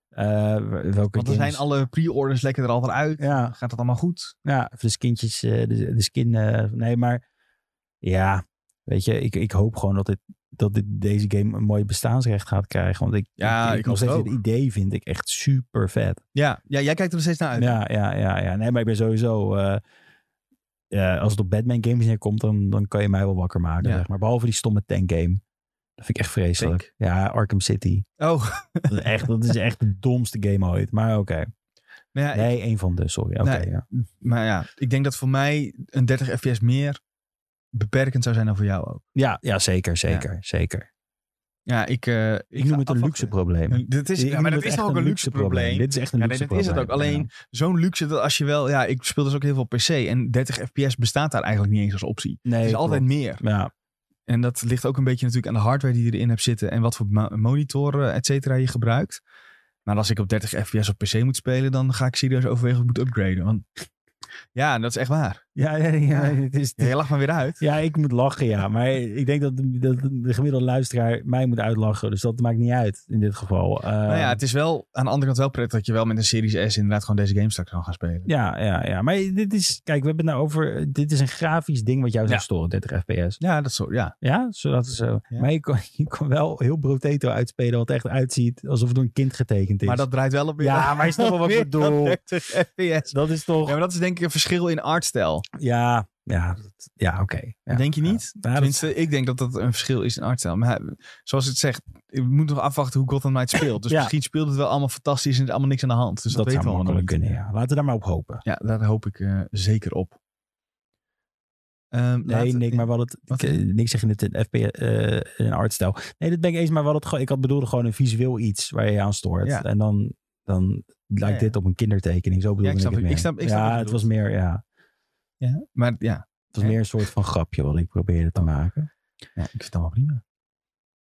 Eh, welke Want er games? zijn alle pre-orders lekker er al weer uit. Ja, Gaat dat allemaal goed? ja. Even de skintjes, eh, de, de skin. eh, nee, maar ja. Weet je, ik, ik hoop gewoon dat, dit, dat dit, deze game een mooi bestaansrecht gaat krijgen. Want ik, Ja, ik nog hoop steeds het het idee vind ik echt super vet. Ja, ja jij kijkt er nog steeds naar uit. Ja, ja, ja, ja. Nee, maar ik ben sowieso. eh, eh, als het op Batman games neerkomt, dan, dan kan je mij wel wakker maken. Ja. Zeg maar. Behalve die stomme tank game. Dat vind ik echt vreselijk. Ja, Arkham City. Oh, Dat is echt, dat is echt de domste game ooit. Maar oké. nou ja, ik- Nee, één van de, sorry. Oké, Nee. ja. maar ja, ik denk dat voor mij een 30 fps meer beperkend zou zijn dan voor jou ook. ja. Ja, zeker, zeker, zeker. Ja, ik... eh, ik Ik ga noem het een luxe afwachten. probleem. Een- Dit is, Ik ja, noem maar dat het is echt toch ook een luxe probleem. Dit is echt een Ja, nee, luxe dat is het ook. probleem, Alleen zo'n luxe dat als je wel... Ja, ik speel dus ook heel veel PC. En 30 fps bestaat daar eigenlijk niet eens als optie. ja. nee, het is altijd klopt. meer. Ja, En dat ligt ook een beetje natuurlijk aan de hardware die je erin hebt zitten. En wat voor ma- monitor, eh, et cetera, je gebruikt. Maar als ik op 30 fps op PC moet spelen, dan ga ik serieus overwegen of ik moet upgraden. Want ja, dat is echt waar. ja, ja, ja, het is, Ja, je lacht maar weer uit. Ja, ik moet lachen, ja. Maar ik denk dat, dat de gemiddelde luisteraar mij moet uitlachen. Dus dat maakt niet uit in dit geval. Eh, nou ja, het is wel aan de andere kant wel prettig dat je wel met een Series S inderdaad gewoon deze game straks kan gaan spelen. ja, ja, ja. Maar dit is, kijk, we hebben het nou over. Dit is een grafisch ding wat jou zou Ja. storen, 30 fps. Ja, dat zo. Ja. Ja, zodat het zo. Ja. Maar je kan, je kan wel heel Broteto uitspelen, wat echt uitziet alsof het door een kind getekend is. Maar dat draait wel op weer. ja, maar je snapt wel wat ik Weer dat bedoel. 30 fps. Dat is Ja, toch. maar dat is denk ik een verschil in artstijl. Ja, ja, dat- ja, oké. Ja. Denk je Ja. niet? Ja, dat- Tenminste, ik denk dat dat een verschil is in artstijl. Maar hij- zoals het zegt, ik moet nog afwachten hoe God Knight speelt. Dus Ja. misschien speelt het wel allemaal fantastisch en is er allemaal niks aan de hand. Dus dat, dat weten zou we allemaal makkelijk nog niet. kunnen, ja. Laten we daar maar op hopen. Ja, daar hoop ik eh, zeker op. Ehm, Nee, laten- Nick, maar wel het. Wat? Ik, eh, niks zeggen in het FP, eh een artstijl. Nee, dat ben ik eens, maar wel het. gewoon- Ik had bedoelde gewoon een visueel iets waar je je aan stoort. Ja. En dan, dan lijkt ja. dit op een kindertekening. Zo bedoelde ik ik, snap het het. meer. Ik snap- ik snap ja, wat je het was meer, ja, Ja, maar ja. het Ja. was Oh. meer een soort van grapje wat ik probeerde te maken. ja, ik vind het allemaal prima.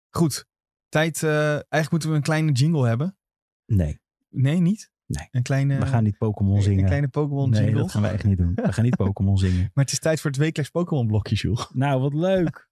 Goed. Tijd, eh, eigenlijk moeten we een kleine jingle hebben. Nee. Nee, niet? Nee. Een kleine, we gaan niet Pokémon een, zingen. een kleine Pokémon nee, jingle. dat gaan wij echt niet doen. We gaan niet Pokémon zingen. Maar het is tijd voor het wekelijks Pokémon blokje, Jules. Nou, wat leuk.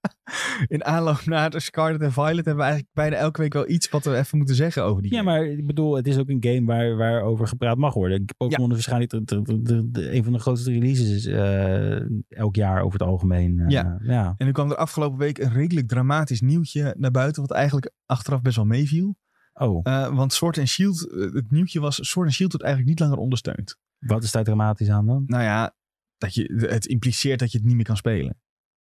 In aanloop naar de Scarlet en Violet hebben we eigenlijk bijna elke week wel iets wat we even moeten zeggen over die Ja, game. maar ik bedoel, het is ook een game waar, waarover gepraat mag worden. Pokémon is waarschijnlijk de- de- de- de- de- een van de grootste releases eh, elk jaar over het algemeen. Eh, Ja. ja. En nu kwam er afgelopen week een redelijk dramatisch nieuwtje naar buiten, wat eigenlijk achteraf best wel meeviel. Oh, Eh, want Sword and Shield, eh, het nieuwtje was, Sword and Shield wordt eigenlijk niet langer ondersteund. wat is daar dramatisch aan dan? Nou ja, dat je, het impliceert dat je het niet meer kan spelen.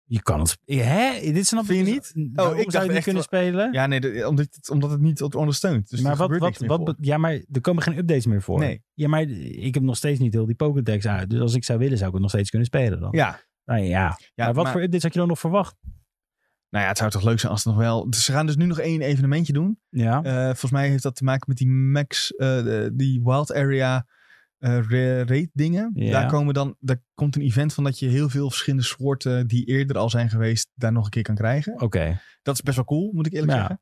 Je kan het. Hè? Dit snap Vind je Oh, dus- ik Waarom dacht zou je het echt niet kunnen spelen? Ja, nee, de- omdat, het, omdat het niet ondersteunt. Dus maar er wat, gebeurt wat, niks meer wat, voor. be- ja, maar er komen geen updates meer voor. Nee. Ja, maar ik heb nog steeds niet heel die Pokédex uit. Dus als ik zou willen, zou ik het nog steeds kunnen spelen dan. Ja, Nou ja. ja maar wat maar- voor updates had je dan nog verwacht? Nou ja, het zou toch leuk zijn als het nog wel... Dus ze gaan dus nu nog één evenementje doen. Ja. Eh, volgens mij heeft dat te maken met die Max, eh, de- die Wild Area eh, ra- raid dingen. Ja. Daar, komen dan, daar komt een event van dat je heel veel verschillende soorten die eerder al zijn geweest, daar nog een keer kan krijgen. Oké. Dat is best wel cool, moet ik eerlijk Ja. zeggen.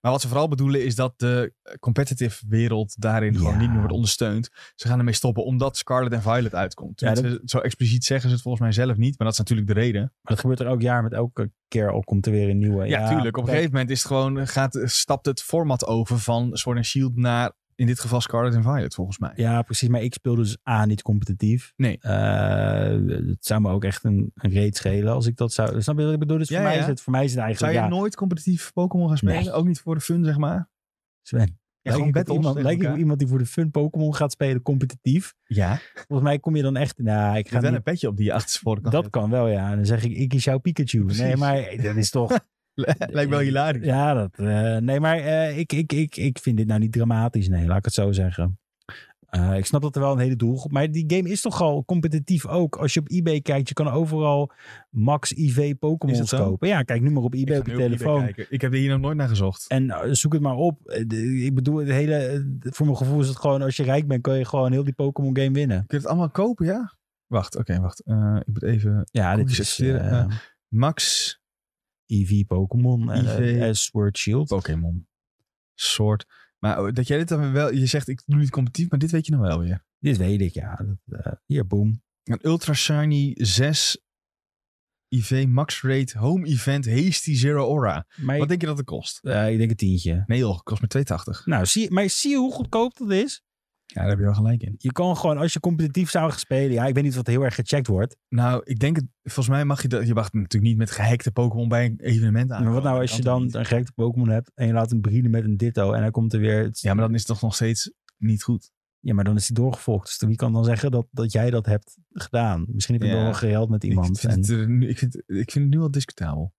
Maar wat ze vooral bedoelen is dat de competitive wereld daarin gewoon Ja. niet meer wordt ondersteund. Ze gaan ermee stoppen omdat Scarlet en Violet uitkomt. Ja, Want ze- Zo expliciet zeggen ze het volgens mij zelf niet, maar dat is natuurlijk de reden. Maar dat gebeurt er elk jaar met elke keer al komt er weer een nieuwe. Ja, tuurlijk. Op een kijk, gegeven moment is het gewoon, eh, gaat, stapt het format over van Sword and Shield naar in dit geval Scarlet en Violet volgens mij. Ja, precies. Maar ik speel dus A, niet competitief. Nee. Eh, het zou me ook echt een, een reet schelen als ik dat zou... Snap je wat ik bedoel? Dus Ja, voor, mij ja. Is het, voor mij is het Zou eigenlijk... je Ja, nooit competitief Pokémon gaan spelen? Nee. Ook niet voor de fun, zeg maar? Sven, Ja, lijk gewoon ik op battles iemand, tegen lijk ik op elkaar. iemand die voor de fun Pokémon gaat spelen competitief? Ja, Volgens mij kom je dan echt... Nou, ik je hebt ga wel niet een petje op die je achterstevoren kan Dat kan wel, ja. En dan zeg ik, ik kies jouw Pikachu. Nee, Precies. maar dat is toch... zetten. Lijkt wel hilarisch. ja, dat... eh, nee, maar eh, ik, ik, ik, ik vind dit nou niet dramatisch. Nee, laat ik het zo zeggen. Eh, ik snap dat er wel een hele doelgroep... Maar die game is toch al competitief ook. Als je op eBay kijkt, je kan overal max IV Is Pokémon dat zo? kopen. Ja, kijk nu maar op Ik eBay ga op nu je op eBay telefoon. kijken. Ik heb er hier nog nooit naar gezocht. En eh, zoek het maar op. Eh, de- Ik bedoel, het hele, eh, voor mijn gevoel is het gewoon... Als je rijk bent, kan je gewoon heel die Pokémon game winnen. Kun je het allemaal kopen, ja? Wacht, oké, wacht. Eh, ik moet even... Ja, dit Cookies is accepteren, eh, eh, Max IV Pokémon. IV. eh, eh, Sword Shield. Pokémon. Soort. Maar oh, dat jij dit dan wel... Je zegt, ik doe niet competitief, maar dit weet je nog wel weer. Dit weet ik, ja. Dat, eh, hier, boom. Een Ultra Shiny 6 IV Max Rate Home Event Hasty Zero Aura. Maar Wat ik, denk je dat het kost? eh, ik denk een tientje. Nee joh, kost maar 2,80. Nou, zie, maar zie je hoe goedkoop dat is? Ja, daar heb je wel gelijk in. Je kan gewoon, als je competitief zou gaan spelen... Ja, ik weet niet wat heel erg gecheckt wordt. Nou, ik denk, het, volgens mij mag je dat... Je mag natuurlijk niet met gehackte Pokémon bij een evenement aan. maar wat nou als je dan een gekte Pokémon hebt... en je laat hem breeden met een Ditto en hij komt er weer... het- Ja, maar dan is het toch nog steeds niet goed. ja, maar dan is hij doorgevolgd. Dus wie kan dan zeggen dat, dat jij dat hebt gedaan? Misschien heb je Ja. dan wel gereld met iemand. Ik vind, en- het, er nu- ik, vind, ik vind het nu al discutabel.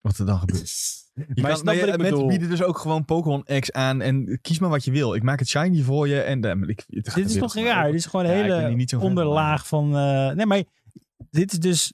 Wat er dan gebeurt. Je maar kan- je snapt maar wat ja, ik mensen bedoel. bieden dus ook gewoon Pokémon X aan. En kies maar wat je wil. Ik maak het shiny voor je. En, eh, maar ik, het gaat Dit is weer toch op- raar? Dit is gewoon een Ja, ik ben hier hele niet zo fan van, onderlaag van... eh, nee, maar dit is dus...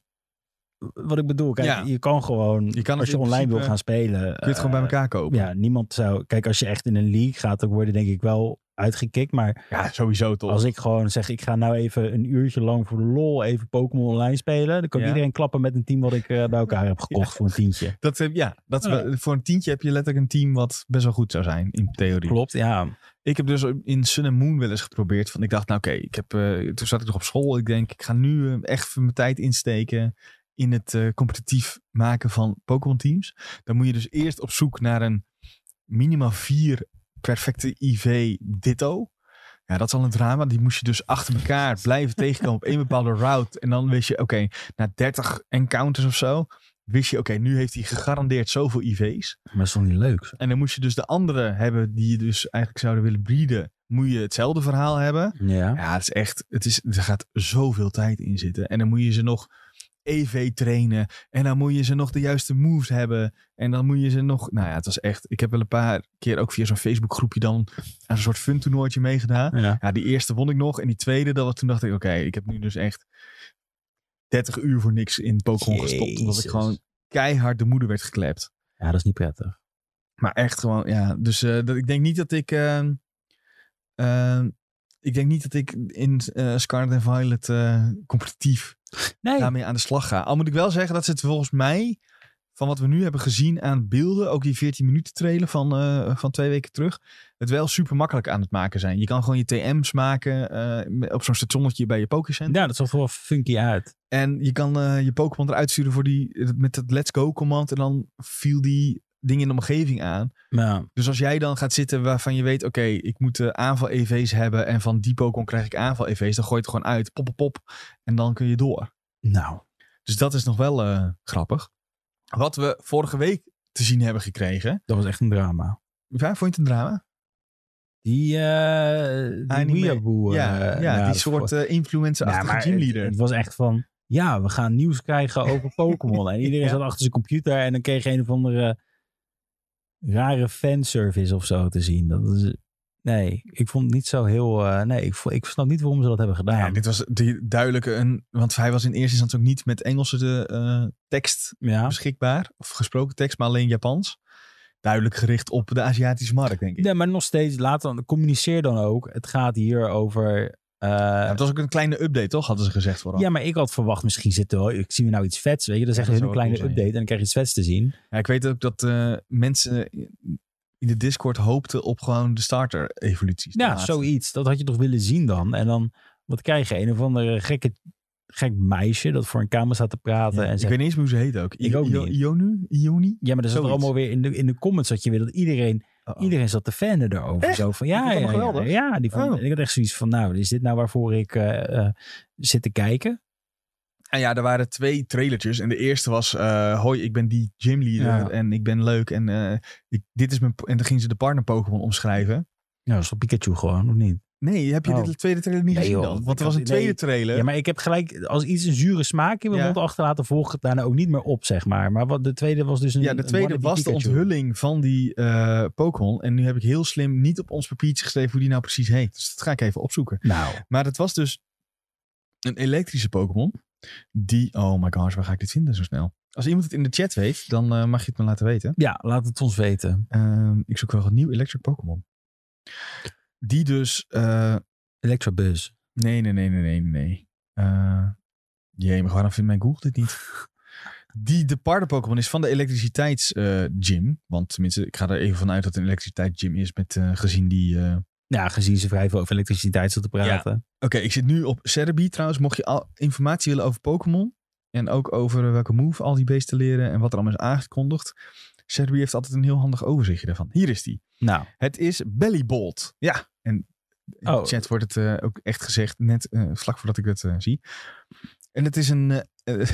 Wat ik bedoel, kijk, Ja. je kan gewoon, Je kan het als je in online wil principe- gaan spelen... eh, Kun je het gewoon bij elkaar kopen? Ja, niemand zou... Kijk, als je echt in een league gaat, dan word je denk ik wel uitgekikt. Maar Ja, sowieso toch. als ik gewoon zeg, ik ga nou even een uurtje lang voor de lol even Pokémon online spelen. Dan kan Ja. iedereen klappen met een team wat ik eh, bij elkaar heb gekocht voor een tientje. Dat, heb- ja, dat is Ja. wel- voor een tientje heb je letterlijk een team wat best wel goed zou zijn in theorie. Klopt, ja. Ik heb dus in Sun and Moon wel eens geprobeerd. Van ik dacht, nou oké, ik heb eh, toen zat ik nog op school. Ik denk, ik ga nu eh, echt even mijn tijd insteken in het eh, competitief maken van Pokémon teams. Dan moet je dus eerst op zoek naar een minimaal vier perfecte IV Ditto. Ja, dat is al een drama. Die moest je dus achter elkaar blijven tegenkomen op één bepaalde route. En dan wist je, oké, na 30 encounters of zo, wist je, oké, nu heeft hij gegarandeerd zoveel IV's. Maar dat is toch niet leuk? En dan moest je dus de andere hebben die je dus eigenlijk zouden willen breeden. Moet je hetzelfde verhaal hebben. Ja. Ja, het is echt, het is, er gaat zoveel tijd in zitten. En dan moet je ze nog EV trainen. En dan moet je ze nog de juiste moves hebben. En dan moet je ze nog, nou ja, het was echt. Ik heb wel een paar keer ook via zo'n Facebook groepje dan aan een soort fun toernooitje meegedaan. ja. Ja, die eerste won ik nog. En die tweede, dat was, toen dacht ik, oké, ik heb nu dus echt 30 uur voor niks in Pokémon gestopt. Omdat ik Jezus. gewoon keihard de moeder werd geklept. Ja, dat is niet prettig. Maar echt gewoon, ja. Dus eh, dat, ik denk niet dat ik. eh, eh, ik denk niet dat ik in eh, Scarlet en Violet eh, competitief Nee, daarmee aan de slag ga. Al moet ik wel zeggen dat ze het volgens mij van wat we nu hebben gezien aan beelden, ook die 14 minuten trailer van, eh, van twee weken terug, het wel super makkelijk aan het maken zijn. Je kan gewoon je TM's maken eh, met- op zo'n stationnetje bij je Pokécenter. Ja, dat zag er wel funky uit. En je kan eh, je Pokémon eruit sturen voor die, met het let's go command. En dan viel die ding in de omgeving aan. Maar Dus als jij dan gaat zitten waarvan je weet, oké, ik moet eh, aanval-EV's hebben. En van die Pokémon krijg ik aanval-EV's. Dan gooi je het gewoon uit, pop, pop, pop. En dan kun je door. nou, Dus dat is nog wel eh, grappig. Wat we vorige week te zien hebben gekregen. dat was echt een drama. Waar vond je het een drama? Die, eh die Anime. weeaboe, eh, ja, ja, die dat soort vo- eh influencer-achtige maar het, gymleader. het was echt van, ja, we gaan nieuws krijgen over Pokémon. En iedereen Ja. zat achter zijn computer en dan kreeg je een of andere rare fanservice of zo te zien. Dat is, nee, ik vond het niet zo heel, eh, nee, ik, vo- ik snap niet waarom ze dat hebben gedaan. Ja, dit was die duidelijke een, want hij was in eerste instantie ook niet met Engelse de, eh, tekst ja. beschikbaar. Of gesproken tekst, maar alleen Japans. Duidelijk gericht op de Aziatische markt, denk ik. Nee, maar nog steeds, laat dan, communiceer dan ook. Het gaat hier over. eh, Ja, het was ook een kleine update, toch? Hadden ze gezegd vooral. ja, maar ik had verwacht, misschien zit er wel, ik zie nou iets vets, weet je. Dan zeggen dat ze een zou wel kleine cool zijn, update en dan krijg je iets vets te zien. Ja, ik weet ook dat eh, mensen in de Discord hoopten op gewoon de starter-evoluties. Ja, zo zoiets. Dat had je toch willen zien dan. En dan, wat krijg je? Een of andere gekke, gek meisje dat voor een camera staat te praten. en ik zegt, weet niet eens hoe ze heet ook. Ik ook niet. Ionu? Ioni? ja, maar dat zat er zoiets. allemaal weer in de, in de comments dat je weer dat iedereen, Oh, oh. iedereen zat te fanen daarover. Echt? Zo van, vond ja, het ja, allemaal ja, geweldig. ja, die vond, Oh. Ik had echt zoiets van, nou, is dit nou waarvoor ik eh, eh, zit te kijken? En ja, er waren twee trailertjes. En de eerste was, eh, hoi, ik ben die gymleader Ja. en ik ben leuk. En, eh, ik, dit is mijn... po- en dan gingen ze de partner Pokémon omschrijven. Ja, dat is toch Pikachu gewoon, of niet? Nee, heb je Oh. de tweede trailer niet Nee, gezien joh. dan? Want Ik er was had- een tweede nee. trailer. Ja, maar ik heb gelijk, als iets een zure smaak in mijn Ja. mond achterlaten, volg ik het daarna ook niet meer op, zeg maar. Maar wat, de tweede was dus een. Ja, de een tweede wannabe was de Pikachu. onthulling van die eh, Pokémon. En nu heb ik heel slim niet op ons papiertje geschreven hoe die nou precies heet. Dus dat ga ik even opzoeken. Nou, Maar het was dus een elektrische Pokémon. Die, oh my gosh, waar ga ik dit vinden zo snel? Als iemand het in de chat weet, dan eh, mag je het me laten weten. ja, laat het ons weten. Ehm, ik zoek wel een nieuw electric Pokémon. Die dus... eh, Electrobus. nee, nee, nee, nee, nee, nee, nee. Eh, jee, maar waarom vindt mijn Google dit niet? die de paarden-Pokémon is van de elektriciteitsgym. eh, Want tenminste, ik ga er even vanuit dat het een elektriciteitsgym is. Met, eh, gezien die. eh, Ja, gezien ze vrij veel over elektriciteit zat te praten. Oké, ik zit nu op Cerebi trouwens. Mocht je al informatie willen over Pokémon. En ook over eh, welke move al die beesten leren. En wat er allemaal is aangekondigd. Cerebi heeft altijd een heel handig overzichtje daarvan. Hier is die. Nou, Het is Bellybolt. Ja. En in Oh. de chat wordt het eh, ook echt gezegd, net eh, vlak voordat ik dat eh, zie. En het is een, eh, eh,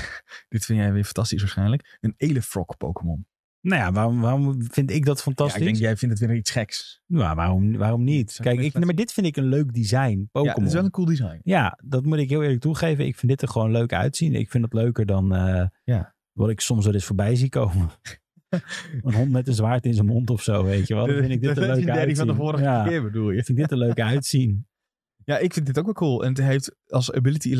dit vind jij weer fantastisch waarschijnlijk, een Elefrog Pokémon. nou ja, waarom, waarom vind ik dat Ja, ik fantastisch? denk, jij vindt het weer iets geks. Nou, waarom, waarom niet? Zou ik Kijk, even ik, laten- maar dit vind ik een leuk design. Ja, het Pokémon. is Ja, wel een cool design. dat moet ik heel eerlijk toegeven. Ik vind dit er gewoon leuk uitzien. Ik vind het leuker dan eh, Ja. wat ik soms wel eens voorbij zie komen. een hond met een zwaard in zijn mond of zo, weet je wel. Dan vind ik dit er leuk legendary uitzien. van de vorige ja. keer bedoel je. vind ik dit er leuk uitzien. Ja, ik vind dit ook wel cool. En het heeft als ability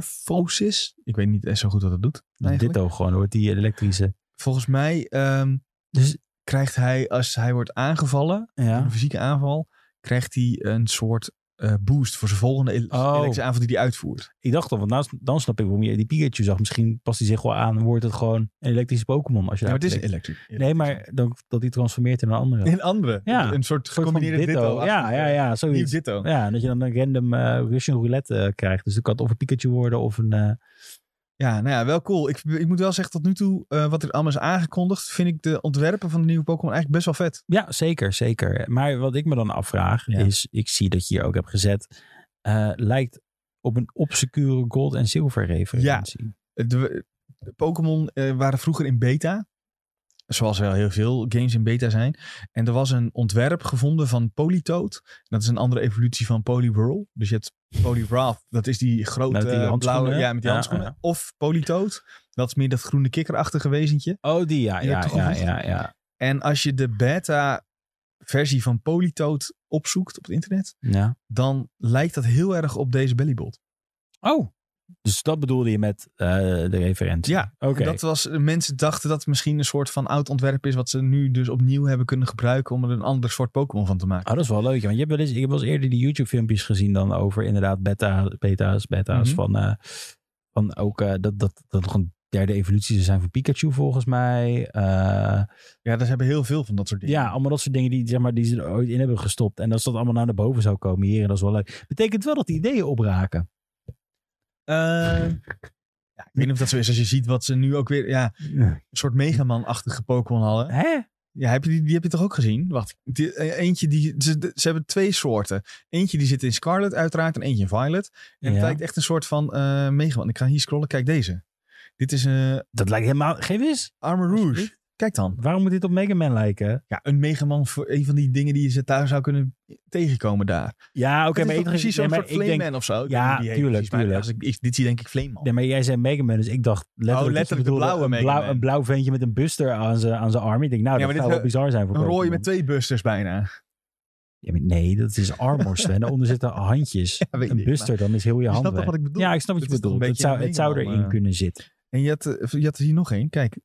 electromorphosis. Ik weet niet echt zo goed wat dat doet. Dan eigenlijk. dit ook gewoon, hoort die elektrische. Volgens mij ehm, Dus krijgt hij, als hij wordt aangevallen, ja. een fysieke aanval, krijgt hij een soort eh, boost voor zijn volgende ele- Oh. elektrische aanval die hij uitvoert. Ik dacht al, want nou, dan snap ik waarom je die Pikachu zag. Misschien past hij zich wel aan en wordt het gewoon een elektrische Pokémon. Als je Ja, maar daar het is klikt. elektrisch. Nee, maar dan, dat die transformeert in een andere. Een Een andere. Ja. Een soort soort van gecombineerde ditto. Ja, ja, ja, Nieuw zoiets. ditto. Ja, dat je dan een random eh, Russian roulette eh, krijgt. Dus dat kan het of een Pikachu worden of een... eh, Ja, nou ja, wel cool. Ik, ik moet wel zeggen, tot nu toe, eh, wat er allemaal is aangekondigd, vind ik de ontwerpen van de nieuwe Pokémon eigenlijk best wel vet. Ja, zeker, zeker. Maar wat ik me dan afvraag Ja. is, ik zie dat je hier ook hebt gezet, eh, lijkt op een obscure gold- en zilver referentie. De, de Pokémon eh, waren vroeger in beta. Zoals wel heel veel games in beta zijn. En er was een ontwerp gevonden van Politoed. Dat is een andere evolutie van Poliwhirl. Dus je hebt Poliwrath, dat is die grote Met die eh, blauwe... handschoenen. Ja, met die Ja, handschoenen. ja. Of Politoed, dat is meer dat groene kikkerachtige wezentje. Oh, die, ja, Je hebt ja, toch ja, een- ja, ja, En als je de beta-versie van Politoed opzoekt op het internet... ja. dan lijkt dat heel erg op deze Bellybolt. Oh, dus dat bedoelde je met eh, de referentie? Ja, oké. En Dat was, mensen dachten dat het misschien een soort van oud ontwerp is... wat ze nu dus opnieuw hebben kunnen gebruiken... om er een ander soort Pokémon van te maken. Oh, dat is wel leuk. ja, Want je hebt wel eens, ik heb wel eens eerder die YouTube-filmpjes gezien dan over inderdaad beta, beta's, beta's Mhm. van, eh, van ook eh, dat, dat, dat nog een derde evoluties er zijn van Pikachu volgens mij. Eh, Ja, daar hebben heel veel van dat soort dingen. ja, allemaal dat soort dingen die, zeg maar, die ze er ooit in hebben gestopt. En als dat allemaal naar boven zou komen hier, en dat is wel leuk. Betekent wel dat die ideeën opraken. Eh, ja, ik weet niet of dat zo is als je ziet wat ze nu ook weer... Ja, een soort Megaman-achtige Pokémon hadden. Hè? Ja, heb je die, die heb je toch ook gezien? Wacht, die- eh, eentje die... Ze, ze hebben twee soorten. Eentje die zit in Scarlet uiteraard en eentje in Violet. En Ja. het lijkt echt een soort van eh Megaman. Ik ga hier scrollen, kijk deze. Dit is een Dat lijkt helemaal... Geef eens. Armor Rouge. Alsjeblieft. Kijk dan. Waarom moet dit op Mega Man lijken? Ja, een Megaman voor een van die dingen die je ze thuis zou kunnen tegenkomen daar. Ja, oké, Oké, maar, maar ik- precies zo'n nee, maar soort ik Flame denk- Man of zo. Ik Ja, weet niet hoe die heet tuurlijk, precies, maar tuurlijk. Als ik, ik- dit zie denk ik Flame Man. Nee, maar jij zei Mega Man, dus ik dacht letterlijk... Oh, dat je letterlijk de bedoelde blauwe een Mega blauw- Man. Een blauw ventje met een buster aan zijn aan zijn arm. Ik denk, nou, Ja, dat maar zou dit eh, wel bizar zijn voor een rooie Pokémon. met twee busters bijna. Ja, maar nee, dat is armor, Sven. Daaronder zitten handjes. Ja, weet een ik, buster, dan is heel je Je hand snapt toch weg. wat ik bedoel? Ja, ik snap Het wat je is toch bedoelt. een Het beetje zou, een het zou Mega erin Man, eh. kunnen zitten. En je had, eh, je had er hier nog één. Kijk,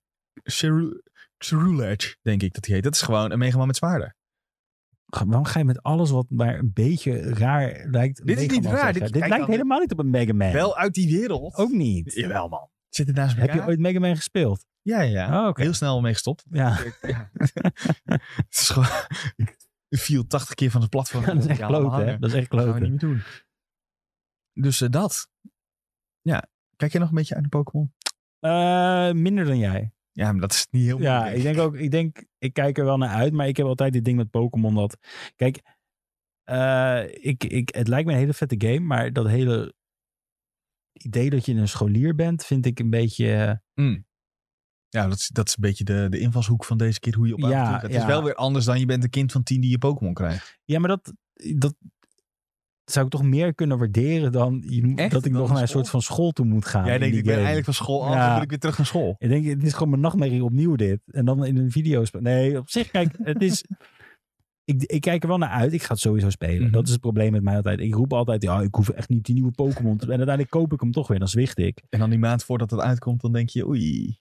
Cerule- Cerulege, denk ik dat die heet. Dat is gewoon een megaman met zwaarden. Ga- Waarom ga je met alles wat maar een beetje raar lijkt... Dit is Mega niet Man raar, zeggen? dit- Dit, kijk lijkt dan. helemaal niet op een Mega Man. Wel uit die wereld. Ook niet. Jawel man. Zit het naast Heb elkaar? je ooit Mega Man gespeeld? Ja, ja. ja. Oh, oké. Heel snel mee gestopt. Ja, Ja. het is gewoon... Ik viel 80 keer van het platform. dat is echt Ja, allemaal kloten, hè? hangen. Dat is echt Dat gaan we niet kloten. meer doen. Dus eh, dat. Ja. Kijk jij nog een beetje uit de Pokémon? Eh, minder dan jij. Ja, maar dat is niet heel Ja, moeilijk. ik denk ook, ik denk, ik kijk er wel naar uit, maar ik heb altijd dit ding met Pokémon dat, kijk, eh, ik, ik, het lijkt me een hele vette game, maar dat hele idee dat je een scholier bent, vind ik een beetje, eh, Ja, dat is, dat is een beetje de, de invalshoek van deze keer hoe je op Ja, avontuur gaat. Het ja. is wel weer anders dan je bent een kind van tien die je Pokémon krijgt. ja, maar dat, dat zou ik toch meer kunnen waarderen dan je moet- Echt? dat ik Dan nog naar een school? soort van school toe moet gaan. Jij in denkt, die ik ben game. eigenlijk van school af, Ja. dan wil ik weer terug naar school. Ik denk, het is gewoon mijn nachtmerrie opnieuw dit. En dan in een video spelen. Nee, op zich, kijk, het is... Ik, ik kijk er wel naar uit. Ik ga het sowieso spelen. Mhm. Dat is het probleem met mij altijd. Ik roep altijd, ja, ik hoef echt niet die nieuwe Pokémon te... En uiteindelijk koop ik hem toch weer. Dan zwicht ik. En dan die maand voordat het uitkomt, dan denk je, oei.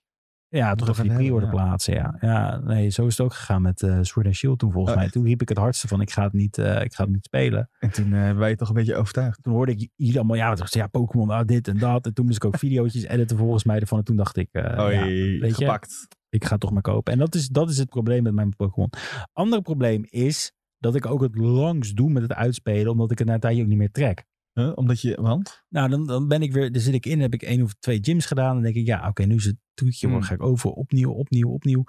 Ja, toch toch even die even pre-order hebben, plaatsen, ja. Ja, nee, zo is het ook gegaan met eh Sword and Shield toen volgens Oh, mij. Toen riep ik het hardste van, ik ga het niet, eh, ik ga het niet spelen. En toen eh, hebben wij je toch een beetje overtuigd. Toen hoorde ik hier allemaal, ja, wat er gezegd, ja, Pokémon, ah, dit en dat. En toen moest ik ook video's editen volgens mij ervan. En toen dacht ik, eh, Oei, ja, weet je. gepakt. ik ga het toch maar kopen. En dat is, dat is het probleem met mijn Pokémon. Ander probleem is dat ik ook het langs doe met het uitspelen, omdat ik het na een tijdje ook niet meer trek. Huh? Omdat je, want? Nou, dan, dan ben ik weer, daar zit ik in, heb ik één of twee gyms gedaan. Dan denk ik, ja, oké, nu is het trucje, Hmm. dan ga ik over, opnieuw, opnieuw, opnieuw. En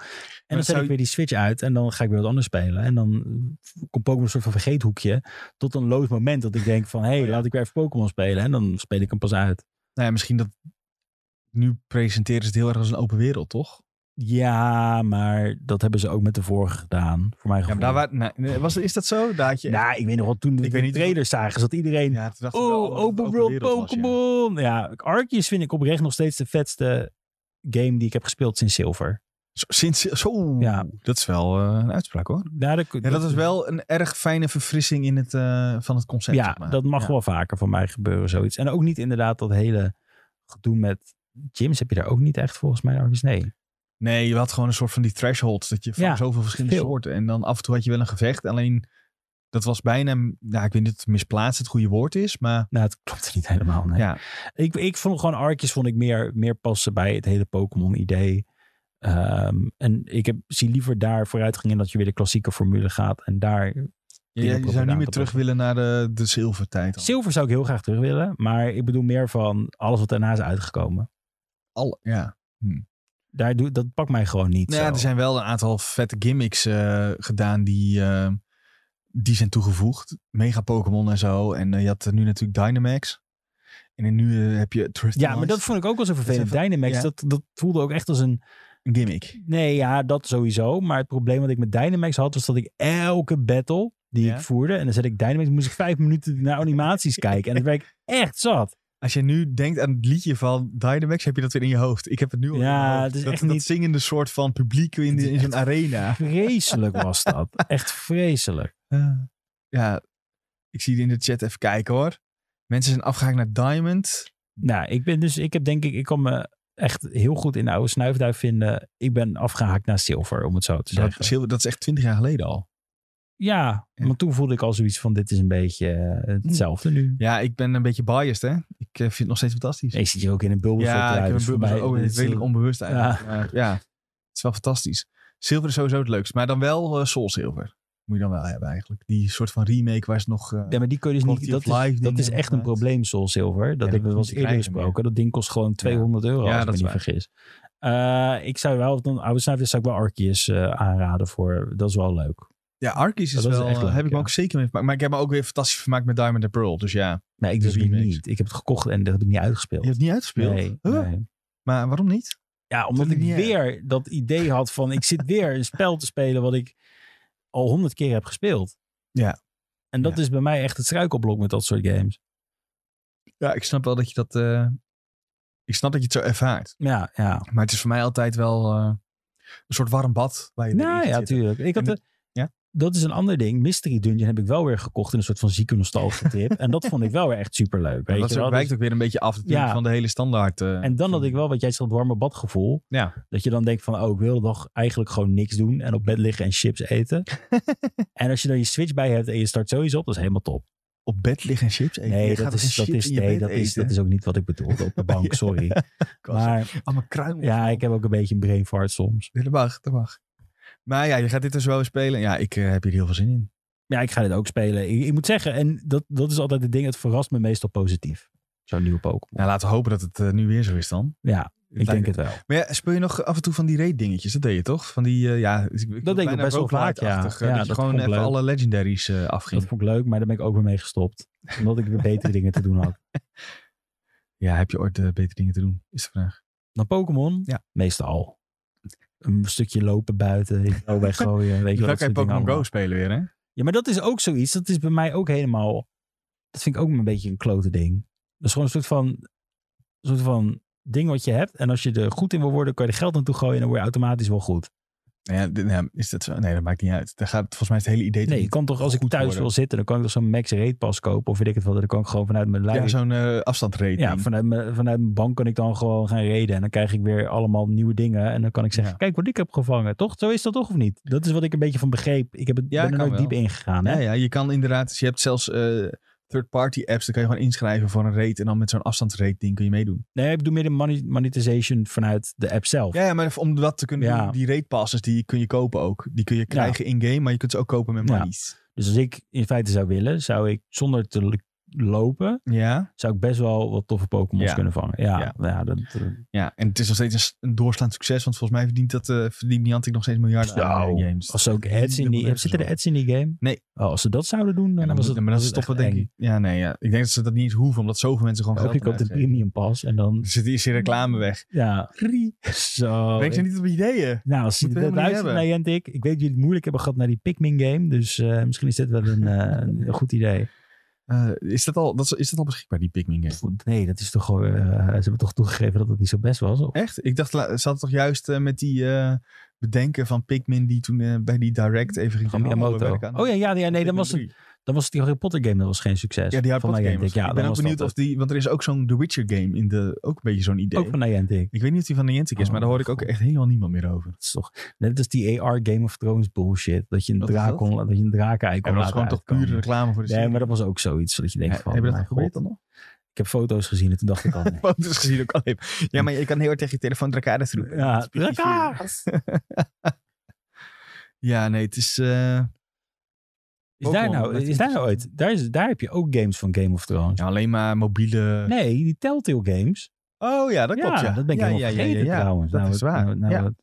dat dan zet zou- ik weer die switch uit en dan ga ik weer wat anders spelen. En dan eh, komt Pokémon een soort van vergeethoekje tot een loos moment dat ik denk van, hé, Oh hey, laat ik weer even Pokémon spelen. En dan speel ik hem pas uit. Nou ja, misschien dat... Nu presenteren ze het heel erg als een open wereld, toch? Ja, maar dat hebben ze ook met de vorige gedaan, voor mijn Ja, gevoel. maar daar waar, nee, nee, was, is dat zo? Daar had je... Nou, ik weet nog wel, toen we Ik de weet niet trailers zagen, zat iedereen... ja, toen dachten we wel oh, dat het open world wereld was, ja. Pokémon! Ja, Arceus vind ik oprecht nog steeds de vetste game die ik heb gespeeld sinds Silver. Zo- Sinds, zo, Ja. dat is wel eh, een uitspraak hoor. Ja, dat, Ja, dat is wel een erg fijne verfrissing in het, eh, van het concept. Ja, zeg maar. dat mag Ja. wel vaker van mij gebeuren, zoiets. En ook niet inderdaad dat hele gedoe met gyms heb je daar ook niet echt volgens mij. Arceus. Nee. Nee, je had gewoon een soort van die threshold. Dat je van Ja, zoveel verschillende veel. soorten. En dan af en toe had je wel een gevecht. Alleen, dat was bijna, nou, ik weet niet of misplaatst het goede woord is. Maar Nou, het klopt niet helemaal. Nee. ja, Ik, ik vond gewoon Arceus vond ik meer, meer passen bij het hele Pokémon idee. Ehm, en ik heb, zie liever daar vooruitgang in dat je weer de klassieke formule gaat. En daar je, Die je heb ik zou ook niet gedaan, meer dat terug was- willen naar de, de zilvertijd. dan. Zilver zou ik heel graag terug willen. Maar ik bedoel meer van alles wat daarna is uitgekomen. Al, ja. Daar doe, dat pakt mij gewoon niet. Nou, zo. ja, er zijn wel een aantal vette gimmicks eh, gedaan die, eh, die zijn toegevoegd. Mega Pokémon en zo. En eh, je had eh, nu natuurlijk Dynamax. En nu eh, heb je Triftlight. ja, maar dat vond ik ook wel zo zijn vervelend. van- Dynamax, ja. dat, dat voelde ook echt als een... een gimmick. Nee, ja, dat sowieso. Maar het probleem wat ik met Dynamax had, was dat ik elke battle die Ja. ik voerde... En dan zet ik Dynamax, moest ik vijf minuten naar animaties kijken. En dan werd ik echt zat. Als je nu denkt aan het liedje van Dynamax, heb je dat weer in je hoofd. Ik heb het nu al in Ja, mijn hoofd. het is dat, echt dat niet- zingende soort van publiek in, Het de- is in zo'n echt arena. Vreselijk was dat. Echt vreselijk. Eh, ja, ik zie het in de chat even kijken hoor. Mensen zijn afgehaakt naar Diamond. Nou, ik ben dus... Ik heb denk ik... Ik kan me echt heel goed in de oude snuifduif vinden. Ik ben afgehaakt naar zilver, om het zo te Dat zeggen. is, heel- dat is echt twintig jaar geleden al. Ja, Ja. want toen voelde ik al zoiets van dit is een beetje eh, hetzelfde nu. Ja, ik ben een beetje biased hè. Ik ik eh, vind het nog steeds fantastisch. Ja, Je zit hier ook in een bubbel voor ja, te ik heb rijden, een dus voor bubbel mij- ook dit is- redelijk onbewust eigenlijk. Ja. Maar ja, het is wel fantastisch. Zilver is sowieso het leukst. Maar dan wel eh, Soul Silver. Moet je dan wel hebben eigenlijk. Die soort van remake waar ze nog... eh, Ja, maar die kun je dus Quality niet. Dat of life is, dat dingen is echt een inderdaad. probleem, Soul Silver. Dat die hebben we kun wel je eens niet eerder krijgen meer. gesproken. Dat ding kost gewoon 200 euro, Ja, als dat ik is me niet waar. vergis. Eh, ik zou wel, dan oude snuifjes zou ik wel Arceus eh, aanraden voor. Dat is wel leuk. ja, Arceus is dat is wel... eh, echt leuk, heb ik me ja. ook zeker mee vermaakt. Maar ik heb me ook weer fantastisch vermaakt met Diamond and Pearl. Dus ja, Nee, ik De dus die remakes. niet. Ik heb het gekocht en dat heb ik niet uitgespeeld. je hebt het niet uitgespeeld. Nee, Huh? nee. Maar waarom niet? Ja, omdat ik Natuurlijk niet weer dat idee had van ik zit weer een spel te spelen wat ik al honderd keer heb gespeeld. Ja. En dat is bij mij echt het struikelblok met dat soort games. Ja, ik snap wel dat je dat... eh, ik snap dat je het zo ervaart. Ja, ja. Maar het is voor mij altijd wel eh, een soort warm bad. Waar je Nou erin ja, zit. tuurlijk. eh, Ik had En de- ja? Dat is een ander ding. Mystery Dungeon heb ik wel weer gekocht in een soort van zieke nostalgische trip. en dat vond ik wel weer echt superleuk. Maar Weet dat je is ook- wel? Dus- wijkt ook weer een beetje af natuurlijk, Ja. van de hele standaard. eh, en dan van- had ik wel wat jij zegt, dat warme badgevoel. Ja. Dat je dan denkt van, oh, ik wil de dag eigenlijk gewoon niks doen. En op bed liggen en chips eten. en als je dan je Switch bij hebt en je start sowieso op, dat is helemaal top. Op bed liggen en chips eten. Nee, Je dat gaat toch is, geen dat, chips is, in je nee bed dat, is, eten? dat is ook niet wat ik bedoelde op de bank, sorry. Ik was- Maar allemaal kruimels. ja, ik heb ook een beetje een brain fart soms. Dat mag, dat mag. Maar ja, je gaat dit dus wel weer spelen. Ja, ik eh, heb hier heel veel zin in. Ja, ik ga dit ook spelen. Ik, ik moet zeggen, en dat, dat is altijd het ding, het verrast me meestal positief. Zo'n nieuwe Pokémon. Ja, laten we hopen dat het eh, nu weer zo is dan. Ja, ik Lijkt- denk het wel. Maar ja, speel je nog af en toe van die raid dingetjes? Dat deed je toch? Van die, eh, ja... Dat deed ik best wel vaak, ja. Ja, eh, dat je dat gewoon vond ik even leuk. alle legendaries eh, afging. Dat vond ik leuk, maar daar ben ik ook weer mee gestopt. Omdat ik weer betere dingen te doen had. Ja, heb je ooit eh, betere dingen te doen? Is de vraag. Dan Pokémon? Ja. Meestal. Een stukje lopen buiten, je touw weggooien. Weet je Dan kan je wel, dat soort dingen Pokémon Go allemaal. spelen weer, hè? Ja, maar dat is ook zoiets. Dat is bij mij ook helemaal... Dat vind ik ook een beetje een klote ding. Dat is gewoon een soort van, een soort van ding wat je hebt. En als je er goed in wil worden, kan je er geld naartoe gooien. En dan word je automatisch wel goed. Nou ja, dit- nou ja, is dat zo? Nee, dat maakt niet uit. Daar gaat volgens mij het hele idee... Nee, je kan toch, als ik goed thuis worden. wil zitten, dan kan ik toch zo'n max rate pas kopen. Of weet ik het wat. Dan kan ik gewoon vanuit mijn Ja, lijn zo'n eh afstandraid. Ja, vanuit mijn, vanuit mijn bank kan ik dan gewoon gaan reden. En dan krijg ik weer allemaal nieuwe dingen. En dan kan ik zeggen, Ja. kijk wat ik heb gevangen. Toch? Zo is dat toch of niet? Dat is wat ik een beetje van begreep. Ik heb het, Ja, ben er kan nooit wel. diep ingegaan. Hè? Ja, ja, je kan inderdaad, dus je hebt zelfs eh, third-party apps, daar kan je gewoon inschrijven voor een rate en dan met zo'n afstandsrate ding kun je meedoen. Nee, ik bedoel meer de money- monetization vanuit de app zelf. Ja, ja, maar om dat te kunnen Ja. doen, die rate passes, die kun je kopen ook. Die kun je krijgen in-game, maar je kunt ze ook kopen met Ja. monies. Dus als ik in feite zou willen, zou ik zonder te l- lopen, Ja. ja, zou ik best wel wat toffe Pokémon's Ja. kunnen vangen. Ja, Ja. Nou, ja. dat, eh, En het is nog steeds een, s- een doorslaand succes, want volgens mij verdient, dat, eh verdient Niantic nog steeds miljarden aan Nou, eh, games. als ze ook ads in die... Zitten er ads in die game? Nee. Oh, als ze dat zouden doen, dan, En dan was moet- het maar dat was het stoppen echt denk ik. eng. Ja, nee, ja. Ik denk dat ze dat niet eens hoeven, omdat zoveel mensen gewoon Of geld je koopt een aan uitgeven. premium pas en dan... Er zit eerst die reclame weg. Ja, zo. Denk ze niet op ideeën? Nou, als je Moeten we dat helemaal niet luistert naar Jentik. Ik weet dat jullie het moeilijk hebben gehad naar die Pikmin game. Dus eh, misschien is dit wel een, eh, een goed idee. Eh, is, dat al, dat, is- is dat al beschikbaar, die Pikmin game? Nee, dat is toch gewoon... eh, ze hebben toch toegegeven dat het niet zo best was? Of? Echt? Ik dacht, la- ze hadden toch juist eh, met die eh, bedenken van Pikmin die toen eh, bij die Direct even ging Van zeggen, oh, we Miyamoto. werken aan- Oh ja, ja, ja nee, dan Pikmin was, het, 3. dan was het die Harry Potter game dat was geen succes. Ja, die Van Harry Potter game. Niantic, was- Ja, ik dan ben ook was benieuwd dat of die, want er is ook zo'n The Witcher game in de, ook een beetje zo'n het. idee. Ook van Niantic. Ik weet niet of die van Niantic is, Oh, maar daar hoorde ik ook god. echt helemaal niemand meer over. Dat is toch net als die AR Game of Thrones bullshit. Dat je een Wat is draak dat? kon, dat je een draak Ik eigenlijk dat kon was gewoon toch uitkomen. pure reclame voor de Nee, serie. maar dat was ook zoiets dat je denkt Ja, van... Heb je dat mijn geprobeerd god. dan nog? Ik heb foto's gezien en toen dacht ik al... nee. Foto's gezien ook alleen. Ja, maar je kan heel erg tegen je telefoon Dracarys roepen. Ja, Dat is precies- Ja, nee, het is... eh, Is daar, Pokémon, nou, dat is is- daar nou ooit? Daar, is, daar heb je ook games van Game of Thrones. ja, alleen maar mobiele... Nee, die Telltale games. Oh ja, dat klopt, ja. dat ben ik ja, helemaal ja, ja, vergeten ja, ja. trouwens. Dat nou, is het- waar. nou, nou, Ja. het-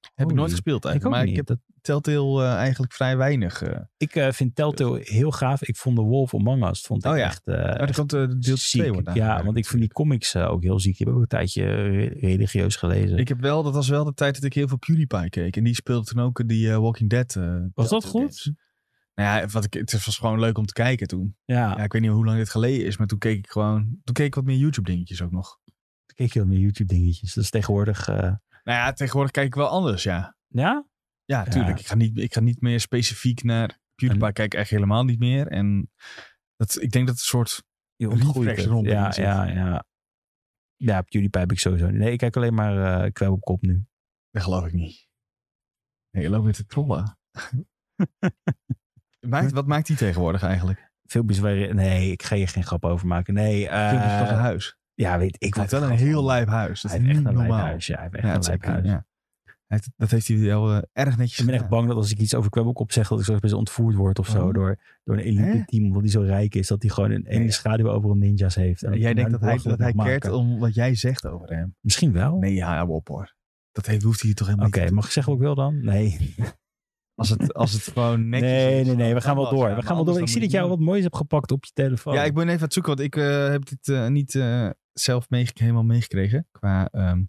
Heb ik Holy. nooit gespeeld ik ook eigenlijk. maar niet. ik heb Dat- Telltale eh, eigenlijk vrij weinig. eh. ik eh, vind Telltale heel gaaf. Ik vond The Wolf Among Us vond ik Oh ja. echt, eh, Maar er echt komt eh, deel 2 ziek. wordt Ja, aangewerkt. want ik vind die comics eh, ook heel ziek. Die heb ik ook een tijdje re- religieus gelezen. Ik heb wel, dat was wel de tijd dat ik heel veel PewDiePie keek. En die speelde toen ook eh, die eh, Walking Dead. eh, Was dat Telltale goed? games. Nou ja, wat ik, het was gewoon leuk om te kijken toen. Ja, Ja, ik weet niet hoe lang dit geleden is, maar toen keek ik gewoon... Toen keek ik wat meer YouTube dingetjes ook nog. ik keek heel meer YouTube dingetjes. Dat is tegenwoordig... eh, Nou ja, tegenwoordig kijk ik wel anders, ja. ja? Ja, tuurlijk. Ik, ga niet, ik ga niet meer specifiek naar PewDiePie. Kijk ik echt helemaal niet meer. En dat, ik denk dat het een soort... Je Refresh ontgroeit het. eronder Ja, in zit. ja, ja. Ja, PewDiePie heb ik sowieso niet. Nee, ik kijk alleen maar eh kwel op kop nu. Dat geloof ik niet. Nee, je loopt weer te trollen. maakt, wat maakt die tegenwoordig eigenlijk? filmpjes waarin... Nee, ik ga hier geen grap over maken. Nee, eh, Filmpjes van zijn huis. ja, weet ik Hij heeft wat. wel een heel lijp huis. Dat Hij is heeft niet echt een lijp normaal. huis. Ja, hij heeft echt Ja, een dat lijp zeker, huis. ja. Hij heeft- Dat heeft hij wel eh, erg netjes Ik ben echt gedaan. bang dat als ik iets over Kwebbelkop zeg, dat ik straks best ontvoerd word of zo. Waarom? Door, door een elite Oh. Hè? team, omdat hij zo rijk is. Dat hij gewoon een ene Nee. schaduw overal ninjas heeft. En Jij denkt dat daar hij, dat belachelijk hij mag keert maken. om wat jij zegt over hem. Misschien wel. Nee, ja, hou op hoor. Dat heeft, hoeft hij toch Oké, helemaal niet. te doen. mag ik zeggen wat ik wil dan? Nee. Als het, als het gewoon netjes Nee, is, nee, dan nee. We gaan kan wel dat, door. ja, We maar gaan wel anders door. dan Ik zie dat moet jij je wat moois hebt gepakt op je telefoon. Ja, ik ben even aan het zoeken, want ik eh, heb dit eh, niet eh, zelf meege- helemaal meegekregen qua ehm,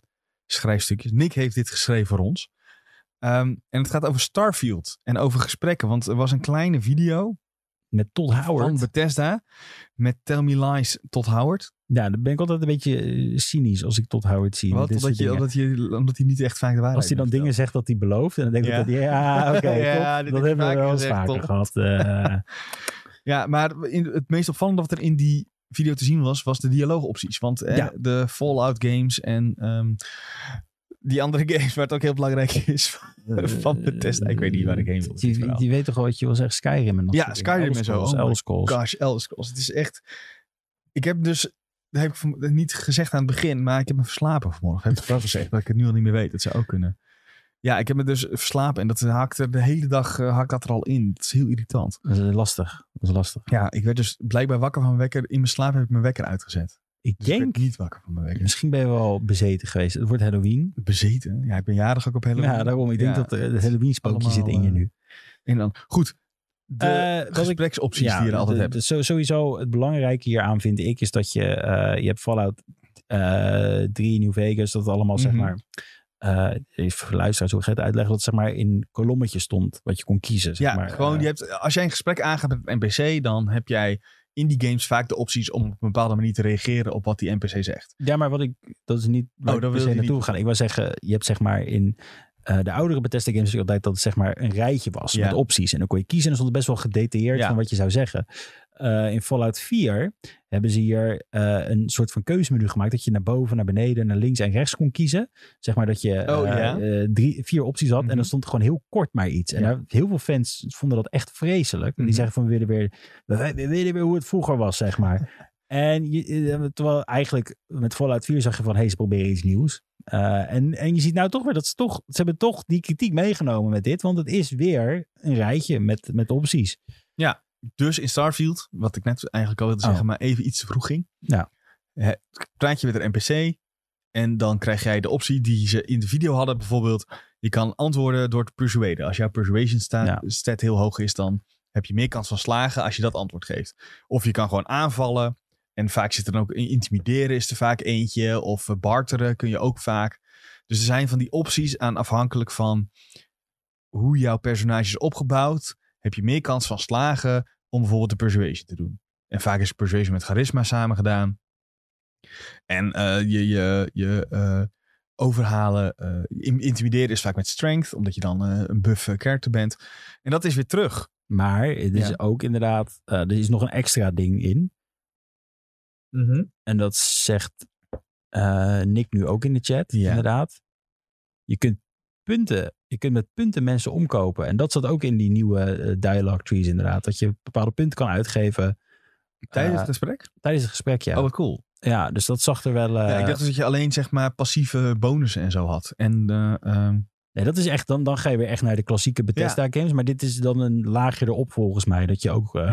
schrijfstukjes. Nick heeft dit geschreven voor ons. Ehm, en het gaat over Starfield en over gesprekken. Want er was een kleine video Met Todd van Howard. Bethesda met Tell Me Lies tot Howard. Ja, dan ben ik altijd een beetje eh, cynisch als ik Todd Howard zie. met Wat? dit Omdat, soort je, dingen. omdat, je, omdat hij niet echt vaak de waarheid Als hij dan heeft dingen zegt dat hij belooft. En dan denk ik Ja. dat hij, ja, oké, Ja, klopt. dit dat heb je hebben we vaker wel eens gezegd, vaker Todd. gehad. eh. Ja, maar in, het meest opvallende wat er in die video te zien was, was de dialoogopties. Want eh, Ja. de Fallout games en ehm, die andere games waar het ook heel belangrijk is. Van Bethesda, ik weet niet waar ik heen wil met dit Die, verhaal. die weet toch wel wat je wil zeggen? Skyrim en dat Ja, soort dingen. Skyrim Elder en zo. Scrolls, Oh my Elder Scrolls. Gosh, Elder Scrolls. Het is echt... Ik heb dus... Dat heb ik van- eh, niet gezegd aan het begin, maar ik heb me verslapen vanmorgen. Heb ik het wel gezegd, dat ik het nu al niet meer weet. Dat zou ook kunnen. Ja, ik heb me dus verslapen en dat haakt er de hele dag eh, haakt dat er al in. Het is heel irritant. Dat is lastig. Dat is lastig. Ja, ik werd dus blijkbaar wakker van mijn wekker. In mijn slaap heb ik mijn wekker uitgezet. Ik Dus ik werd denk, niet wakker van mijn wekker. misschien ben je wel bezeten geweest. Het wordt Halloween. Bezeten. Ja, ik ben jarig ook op hele. Ja, daarom. Ik denk Ja, dat eh, het Halloween spookje allemaal, zit in je eh, nu. En dan, goed. De Eh, wat ik- gespreksopties Ja, die je er altijd de- hebt. de- zo- sowieso het belangrijke hieraan vind ik is dat je, eh, je hebt Fallout eh 3 New Vegas, dat het allemaal zeg Mhm. maar, eh even voor de luisteraars hoe ik het uitleggen, dat het, zeg maar in kolommetjes stond wat je kon kiezen. Zeg Ja, maar, gewoon, eh, je hebt, als jij een gesprek aangaat met een NPC, dan heb jij in die games vaak de opties om op een bepaalde manier te reageren op wat die NPC zegt. Ja, maar wat ik, dat is niet waar Oh, ik daar per se wilde je naartoe niet. gaan. Ik wil zeggen, je hebt zeg maar in eh, de oudere Bethesda games natuurlijk altijd dat het zeg maar een rijtje was Ja. met opties. En dan kon je kiezen en dan stond het best wel gedetailleerd Ja. van wat je zou zeggen. Eh, in Fallout 4 hebben ze hier eh, een soort van keuzemenu gemaakt dat je naar boven, naar beneden, naar links en rechts kon kiezen. Zeg maar dat je Oh, eh, ja. eh, drie, vier opties had en Mhm. dan stond er gewoon heel kort maar iets. En Ja. daar, heel veel fans vonden dat echt vreselijk. Die Mhm. zeggen van we willen weer, we, we willen weer hoe het vroeger was, zeg maar. En je, eh, terwijl eigenlijk met Fallout 4 zag je van, hé, hey, ze proberen iets nieuws. Eh, en, en je ziet nou toch weer dat ze toch, ze hebben toch die kritiek meegenomen met dit, want het is weer een rijtje met, met opties. Dus in Starfield, wat ik net eigenlijk al wilde Oh. zeggen, maar even iets te vroeg ging. Ja. Hè, Praat je met een NPC en dan krijg jij de optie die ze in de video hadden. Bijvoorbeeld, je kan antwoorden door te persuaden. Als jouw persuasion sta- Ja. stat heel hoog is, dan heb je meer kans van slagen als je dat antwoord geeft. Of je kan gewoon aanvallen. En vaak zit er dan ook in- intimideren is er vaak eentje. Of eh, barteren kun je ook vaak. Dus er zijn van die opties aan afhankelijk van hoe jouw personage is opgebouwd. Heb je meer kans van slagen om bijvoorbeeld de persuasion te doen. En vaak is persuasion met charisma samen gedaan. En eh, je, je, je eh, overhalen, eh, in- intimideren is vaak met strength, omdat je dan eh, een buff eh, character bent. En dat is weer terug. Maar het is Ja. ook inderdaad, eh, er is nog een extra ding in. En dat zegt eh, Nick nu ook in de chat, Ja. inderdaad. Je kunt punten, je kunt met punten mensen omkopen. En dat zat ook in die nieuwe eh, dialogue trees inderdaad. Dat je bepaalde punten kan uitgeven Tijdens Eh, het gesprek? tijdens het gesprek, ja. Oh, wat cool. Ja, dus dat zag er wel. eh, ja, ik dacht dus dat je alleen zeg maar passieve bonussen en zo had. En eh, ehm, nee, dat is echt. Dan, dan ga je weer echt naar de klassieke Bethesda games. Maar dit is dan een laagje erop volgens mij. Dat je ook. eh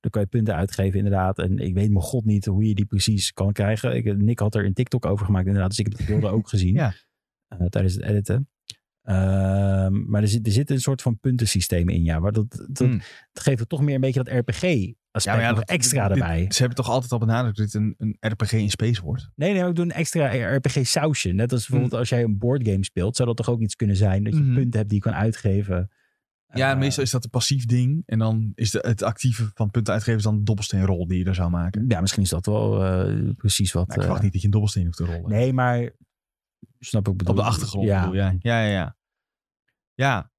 Dan kan je punten uitgeven, inderdaad. En ik weet mijn god niet hoe je die precies kan krijgen. Ik, Nick had er een TikTok over gemaakt, inderdaad. Dus ik heb de beelden ook gezien. Ja. eh, tijdens het editen. Ehm, maar er zit, er zit een soort van puntensysteem in, ja. Maar dat, dat, Hmm. dat geeft het toch meer een beetje dat RPG-aspect nog dat- extra dit- erbij. Ze hebben toch altijd al benadrukt dat dit een, een RPG in space wordt. Nee, nee, ik doe een extra RPG-sausje. Net als bijvoorbeeld als jij een boardgame speelt, zou dat toch ook iets kunnen zijn dat je Hmm. Mhm. punten hebt die je kan uitgeven. Ja, Eh, meestal is dat een passief ding. En dan is de, het actieve van punten uitgeven is dan de dobbelsteenrol die je er zou maken. Ja, misschien is dat wel eh, precies wat. Nou, ik eh, verwacht niet dat je een dobbelsteen hoeft te rollen. Nee, maar snap ik bedoel. Op de achtergrond Ja. bedoel je. ja. Ja, ja, ja. Ja.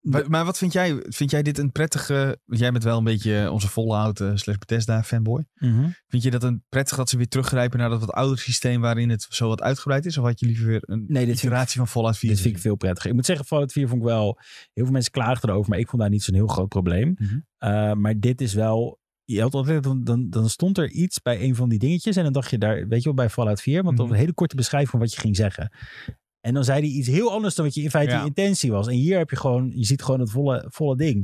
Maar, maar wat vind jij? Vind jij dit een prettige... Want jij bent wel een beetje onze Fallout eh, slash Bethesda fanboy. Mhm. Vind je dat een prettig dat ze weer teruggrijpen naar dat wat ouder systeem waarin het zo wat uitgebreid is? Of had je liever weer een Nee, dit vind, ik, iteratie van Fallout 4? dit vind ik veel prettiger. Ik moet zeggen, Fallout 4 vond ik wel... Heel veel mensen klaagden erover, maar ik vond daar niet zo'n heel groot probleem. Mhm. Eh, maar dit is wel je had altijd, dan, dan, dan stond er iets bij een van die dingetjes. En dan dacht je daar, weet je wel, bij Fallout 4. Want dat was Mhm. een hele korte beschrijving van wat je ging zeggen. En dan zei hij iets heel anders dan wat je in feite Ja. je intentie was. En hier heb je gewoon, je ziet gewoon het volle, volle ding.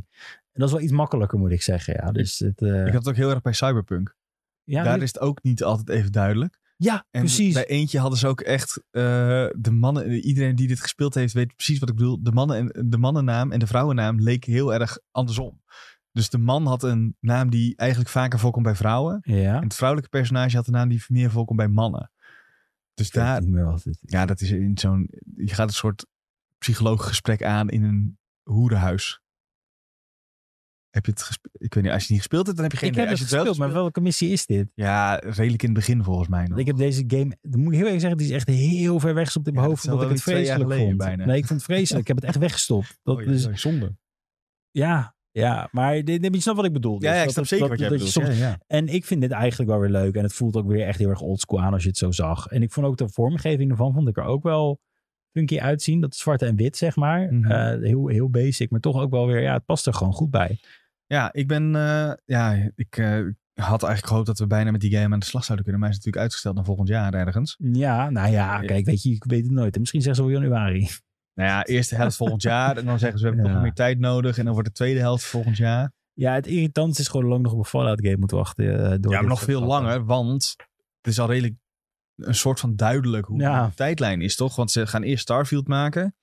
En dat is wel iets makkelijker, moet ik zeggen. Ja, dus het, eh, Ik had het ook heel erg bij Cyberpunk. ja, Daar nu- is het ook niet altijd even duidelijk. ja En precies. bij eentje hadden ze ook echt eh, de mannen, iedereen die dit gespeeld heeft weet precies wat ik bedoel. De, mannen en, de mannennaam en de vrouwennaam leken heel erg andersom. Dus de man had een naam die eigenlijk vaker voorkomt bij vrouwen. ja, En het vrouwelijke personage had een naam die meer voorkomt bij mannen. Dus ik weet daar, niet meer wat het is. ja, dat is in zo'n, je gaat een soort psycholooggesprek aan in een hoerenhuis. Heb je het gespe- Ik weet niet, als je het niet gespeeld hebt, dan heb je geen ik idee. heb het Als je het wel gespeeld, maar gespeeld- welke missie is dit? Ja, redelijk in het begin volgens mij nog. Want Ik heb deze game, dat moet ik heel eerlijk zeggen, die is echt heel ver weggestopt in mijn Ja, hoofd. dat is Omdat ik wel weer het twee jaar vreselijk vond. geleden bijna. Nee, ik vond het vreselijk. ik heb het echt weggestopt. Dat, Oh, ja, dus, sorry, zonde. ja, ja, maar dit, dit, je snapt wat ik bedoel. Ja, Dus ja, ik dat snap het- zeker dat- wat jij dat je bedoelt. soms- Ja, ja. En ik vind dit eigenlijk wel weer leuk. En het voelt ook weer echt heel erg oldschool aan als je het zo zag. En ik vond ook de vormgeving ervan, vond ik er ook wel funky uitzien. Dat zwarte en wit, zeg maar. Mhm. Eh, heel, heel basic, maar toch ook wel weer, ja, het past er gewoon goed bij. Ja, ik ben. eh, ja, ik eh, had eigenlijk gehoopt dat we bijna met die game aan de slag zouden kunnen. Maar hij is natuurlijk uitgesteld naar volgend jaar ergens. Ja, nou ja, Ja. kijk, weet je, ik weet het nooit. En Misschien zeggen ze wel januari. Nou ja, eerste helft volgend jaar. En dan zeggen ze we hebben Ja. nog meer tijd nodig. En dan wordt de tweede helft volgend jaar. Ja, het irritant is gewoon hoe lang nog op een Fallout game moeten wachten. eh, door dit Ja, maar nog soort veel grappen. langer. Want het is al redelijk een soort van duidelijk hoe Ja. de tijdlijn is, toch? Want ze gaan eerst Starfield maken.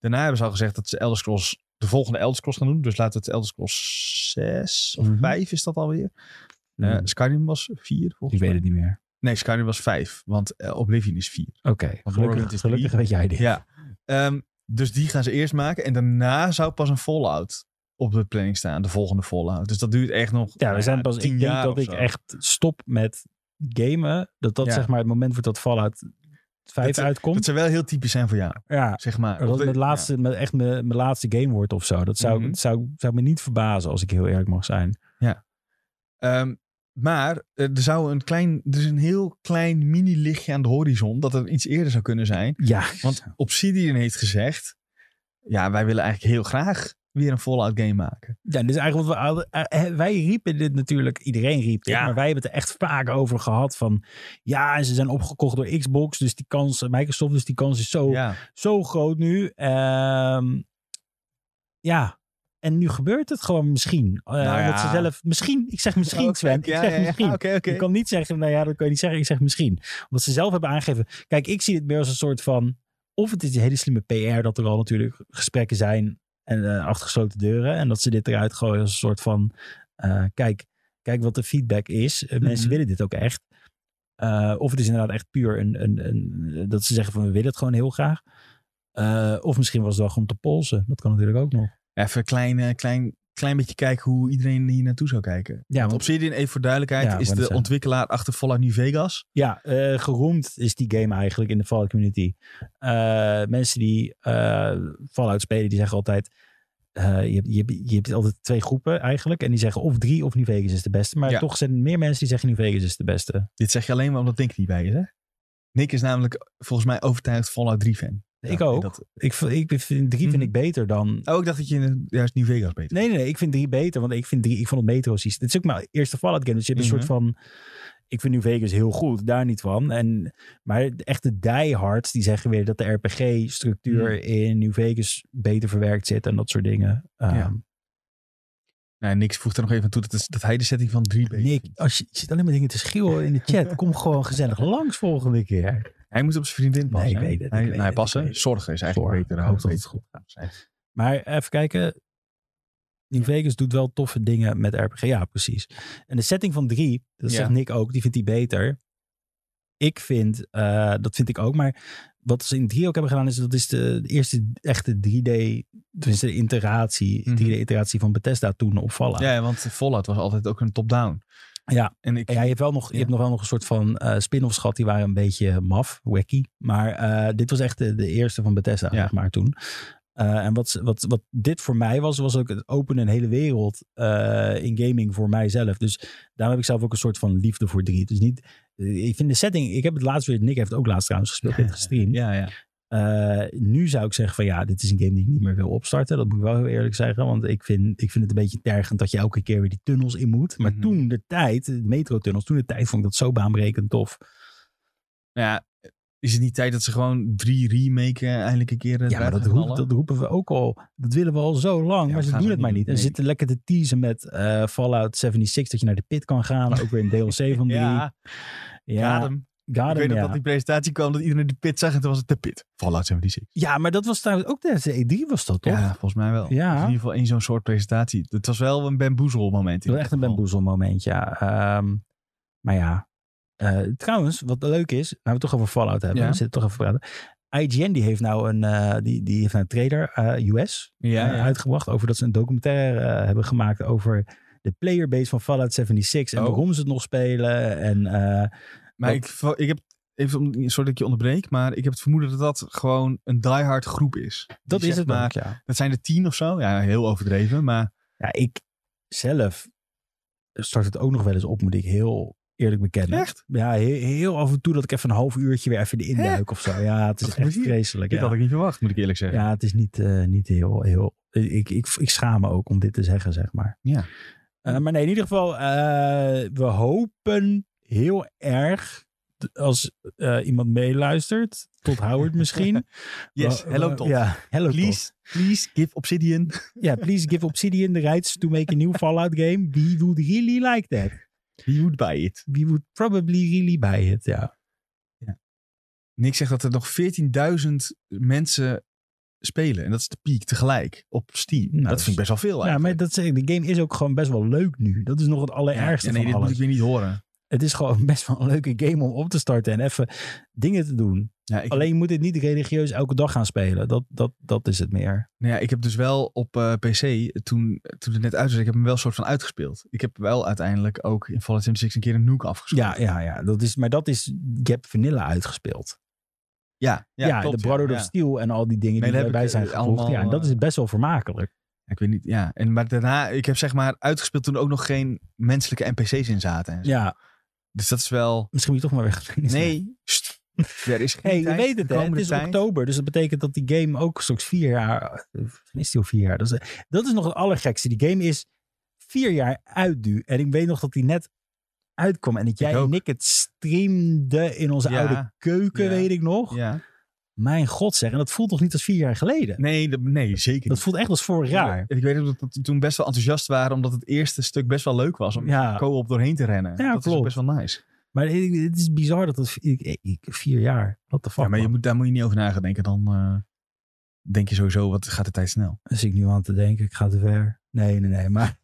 Daarna hebben ze al gezegd dat ze Elder Scrolls, de volgende Elder Scrolls gaan doen. Dus laten we het Elder Scrolls 6 of Mhm. 5 is dat alweer. Mm, Eh, Skyrim was 4 ik volgens weet mij. het niet meer. Nee, Skyrim was 5. Want eh, Oblivion is 4. Oké, Morrowind gelukkig, is gelukkig drie. weet jij dit. Ja. Ehm, dus die gaan ze eerst maken. En daarna zou pas een Fallout op de planning staan. De volgende Fallout. Dus dat duurt echt nog Ja, we nou zijn pas. 10 Ik denk jaar dat of ik zo. echt stop met gamen. Dat dat Ja. zeg maar het moment wordt dat Fallout 5 Dat- uitkomt. Dat zou wel heel typisch zijn voor jou, ja. zeg maar. Dat Of de- het mijn laatste, mijn- echt mijn, mijn laatste game wordt of zo. Dat zou, Mhm. dat zou, zou me niet verbazen als ik heel eerlijk mag zijn. ja. Ehm, maar eh, er zou een klein, er is een heel klein mini-lichtje aan de horizon dat er iets eerder zou kunnen zijn. Ja, Want Obsidian heeft gezegd, ja, wij willen eigenlijk heel graag weer een Fallout game maken. ja, dus eigenlijk wat we, hadden- eh, wij riepen dit natuurlijk, iedereen riep dit, Ja. maar wij hebben het er echt vaak over gehad van ja, ze zijn opgekocht door Xbox, dus die kans, Microsoft, dus die kans is zo, Ja. zo groot nu. Ehm, ja, en nu gebeurt het gewoon misschien. Eh, Nou omdat ze ja. zelf, misschien, ik zeg misschien Oh, Oké, Sven, ik ja, zeg ja, Ah, ja. misschien. Oké, oké. Je kan niet zeggen, nou ja, dat kan je niet zeggen. Ik zeg misschien. Omdat ze zelf hebben aangegeven. Kijk, ik zie dit meer als een soort van. Of het is een hele slimme PR dat er al natuurlijk gesprekken zijn. En eh, achter gesloten deuren. En dat ze dit eruit gooien als een soort van. eh, kijk, kijk wat de feedback is. Eh, Mensen Mhm. willen dit ook echt. Eh, of het is inderdaad echt puur een, een, een. Dat ze zeggen van we willen het gewoon heel graag. Eh, of misschien was het wel gewoon te polsen. Dat kan natuurlijk ook nog. Even een klein, eh, klein, klein beetje kijken hoe iedereen hier naartoe zou kijken. Ja, Want want- Obsidian, even voor duidelijkheid, Ja, ik is wou net de zeggen. ontwikkelaar achter Fallout New Vegas. Ja, eh, geroemd is die game eigenlijk in de Fallout community. Eh, mensen die eh, Fallout spelen, die zeggen altijd... eh, je, hebt, je, hebt, je hebt altijd twee groepen eigenlijk. En die zeggen of drie of New Vegas is de beste. Maar Ja. toch zijn er meer mensen die zeggen New Vegas is de beste. Dit zeg je alleen maar omdat Nick er niet bij is, hè? Nick is namelijk volgens mij overtuigd Fallout 3 fan. ik Ja, ook. dat- Mhm. Ik, v- ik vind drie vind ik beter dan... oh, ik dacht dat je eh, juist New Vegas beter Nee, nee, nee. Ik vind drie beter. Want ik vind drie... Ik vond het metro systeem. Dit is ook mijn eerste Fallout game. Dus je hebt een Mhm. soort van... Ik vind New Vegas heel goed. Daar niet van. En, maar de echte diehards die zeggen weer dat de RPG-structuur Mhm. in New Vegas beter verwerkt zit. En dat soort dingen. Ja. Ehm, Nee, Nick voegt er nog even aan toe dat, is- dat hij de setting van 3 beter Nick, vindt. als je, je zit alleen maar dingen te schreeuwen in de chat. Kom gewoon gezellig langs volgende keer. Hij moet op zijn vriendin passen. Nee, ik hè? weet het, ik Hij, weet nou, hij het, passen. ik weet het. Zorgen is eigenlijk Sorry, beter. ik hij hoop dat weet- het goed gaat. Maar even kijken. New Vegas doet wel toffe dingen met RPG. Ja, precies. En de setting van drie, dat Ja. zegt Nick ook, die vindt hij beter. Ik vind, eh, dat vind ik ook, maar wat ze in drie ook hebben gedaan, is dat is de, de eerste echte 3D, tenminste de iteratie, Mhm. 3D-iteratie van Bethesda toen opvallen. Ja, want Fallout was altijd ook een top-down. Ja. En ik, Ja, je hebt, wel nog, je Ja. hebt nog wel nog een soort van eh spin-offs gehad. Die waren een beetje maf, wacky. Maar eh, dit was echt de, de eerste van Bethesda, Ja. zeg maar, toen. Eh, en wat, ze- wat, wat dit voor mij was, was ook het openen een hele wereld eh, in gaming voor mijzelf. Dus daarom heb ik zelf ook een soort van liefde voor drie. Dus niet, eh, ik vind de setting, ik heb het laatst weer, Nick heeft het ook laatst trouwens gespeeld, dit gestreamd. ja, ja. Eh, nu zou ik zeggen van ja, dit is een game die ik niet meer wil opstarten. Dat moet ik wel heel eerlijk zeggen. Want ik vind, ik vind het een beetje tergend dat je elke keer weer die tunnels in moet. Maar Mhm. toen de tijd, de metrotunnels, toen de tijd vond ik dat zo baanbrekend tof. Nou ja, is het niet tijd dat ze gewoon drie remaken eindelijk een keer eh, Ja, maar eruit dat, gaan roep- knallen? dat roepen we ook al. Dat willen we al zo Ja, lang, maar we ze gaan doen het het maar niet niet. doen, En nee. ze zitten lekker te teasen met eh, Fallout 76, dat je naar de pit kan gaan. Ook weer een DLC van drie. Ja, ja. ja, Ik Gadem, weet nog ja. dat die presentatie kwam dat iedereen die pit zag en toen was het de pit. Fallout 76. ja, maar dat was trouwens ook tijdens de E3 was dat, toch? Ja, volgens mij wel. Ja. Dus in ieder geval één zo'n soort presentatie. Het was wel een bamboezel moment. Het was echt een bamboezelmoment, ja. Ehm, maar ja. Eh, trouwens, wat leuk is, nou we het toch over Fallout hebben, Ja. we zitten toch even praten. IGN die heeft nou een, eh, die, die heeft nou een trailer, eh, US, Ja, eh, ja. uitgebracht over dat ze een documentaire eh, hebben gemaakt over de playerbase van Fallout 76 en Oh. waarom ze het nog spelen. En eh, Maar ik, vo- ik heb, even om- sorry dat ik je onderbreek, maar ik heb het vermoeden dat dat gewoon een diehard groep is. Die dat is zegt het maar. maar. Ja. Dat zijn er tien of zo. Ja, heel overdreven, maar ja, ik zelf start het ook nog wel eens op, moet ik heel eerlijk bekennen. echt. Ja, he- heel, af en toe dat ik even een half uurtje weer even erin Hè? duik of zo. Ja, het is Wat echt moet hier? vreselijk. Dit had Ja. ik niet verwacht, moet ik eerlijk zeggen. ja, het is niet, eh, niet heel... heel ik, ik, ik schaam me ook om dit te zeggen, zeg maar. Ja. Eh, maar nee, in ieder geval, eh, we hopen heel erg, d- als eh, iemand meeluistert, tot Howard misschien. Yes, We- hello we- Todd. Ja, hello Todd. Please, please give Obsidian. Ja, please give Obsidian the rights to make a new Fallout game. We would really like that. He would buy it. We would probably really buy it, ja. Nick zegt dat er nog 14.000 mensen spelen. En dat is de piek tegelijk op Steam. Nou, dat vind ik best wel veel Ja, eigenlijk. maar dat zeg ik, de game is ook gewoon best wel leuk nu. Dat is nog het allerergste Ja, nee, van dit alles. moet ik weer niet horen. Het is gewoon best wel een leuke game om op te starten en even dingen te doen. Ja, ik, Alleen je moet het niet religieus elke dag gaan spelen. Dat, dat, dat is het meer. Nou ja, ik heb dus wel op eh, PC, toen, toen het net uit was, ik heb hem wel een soort van uitgespeeld. Ik heb wel uiteindelijk ook in Fallout 76 een keer een nuke afgespeeld. Ja, ja, ja. Dat is, maar dat is, je hebt Vanilla uitgespeeld. ja, Ja, ja, klopt, de Brotherhood ja, of ja. Steel en al die dingen Nee, dat die heb erbij ik, zijn eh, gevoegd. allemaal, ja, en dat eh, is best wel vermakelijk. Ik weet niet, ja. En, maar daarna, ik heb zeg maar uitgespeeld toen er ook nog geen menselijke NPC's in zaten. En zo. Ja, Dus dat is wel... misschien moet je toch maar weg. Nee, sst, er is geen Hey, je tijd weet de het, hè? het komende is tijd. oktober, dus dat betekent dat die game ook straks vier jaar, eh, misschien is die al vier jaar, dat is, eh, dat is nog het allergekste. Die game is vier jaar uit nu en ik weet nog dat die net uitkwam en dat jij en ook. ik het streamde in onze Ja. oude keuken, Ja. weet ik nog. Ja. Mijn Mijn god zeg, en dat voelt toch niet als vier jaar geleden? Nee, dat- nee, zeker Dat niet. voelt echt als vorig jaar. Ik weet ook dat we toen best wel enthousiast waren, omdat het eerste stuk best wel leuk was om Ja, co-op doorheen te rennen. Ja, dat is klopt. ook best wel nice. maar het het is bizar dat het ik, ik- vier jaar, what the fuck ja, maar je man. moet, daar moet je niet over na gaan denken. Dan eh, denk je sowieso, wat gaat de tijd snel? Dan zit ik nu aan te denken, ik ga te ver. Nee, nee, nee, maar...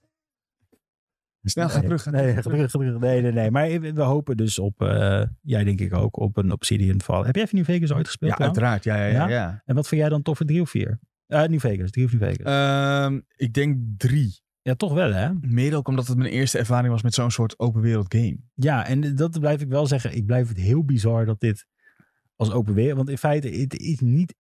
Snel, ga nee, terug, ga nee, terug, ga ga terug, ga terug. Nee, nee, nee. Maar we we hopen dus op, eh, jij denk ik ook, op een Obsidian Fall. Heb jij even New Vegas ooit gespeeld? Ja, Daan? uiteraard. Ja, ja, ja. Ja? ja. En wat vond jij dan toffer, drie of vier? Eh New Vegas, drie of New Vegas. Ehm, ik denk drie. ja, toch wel hè? Mede ook omdat het mijn eerste ervaring was met zo'n soort open wereld game. Ja, en dat blijf ik wel zeggen. Ik blijf het heel bizar dat dit als open wereld... Want in feite, het is niet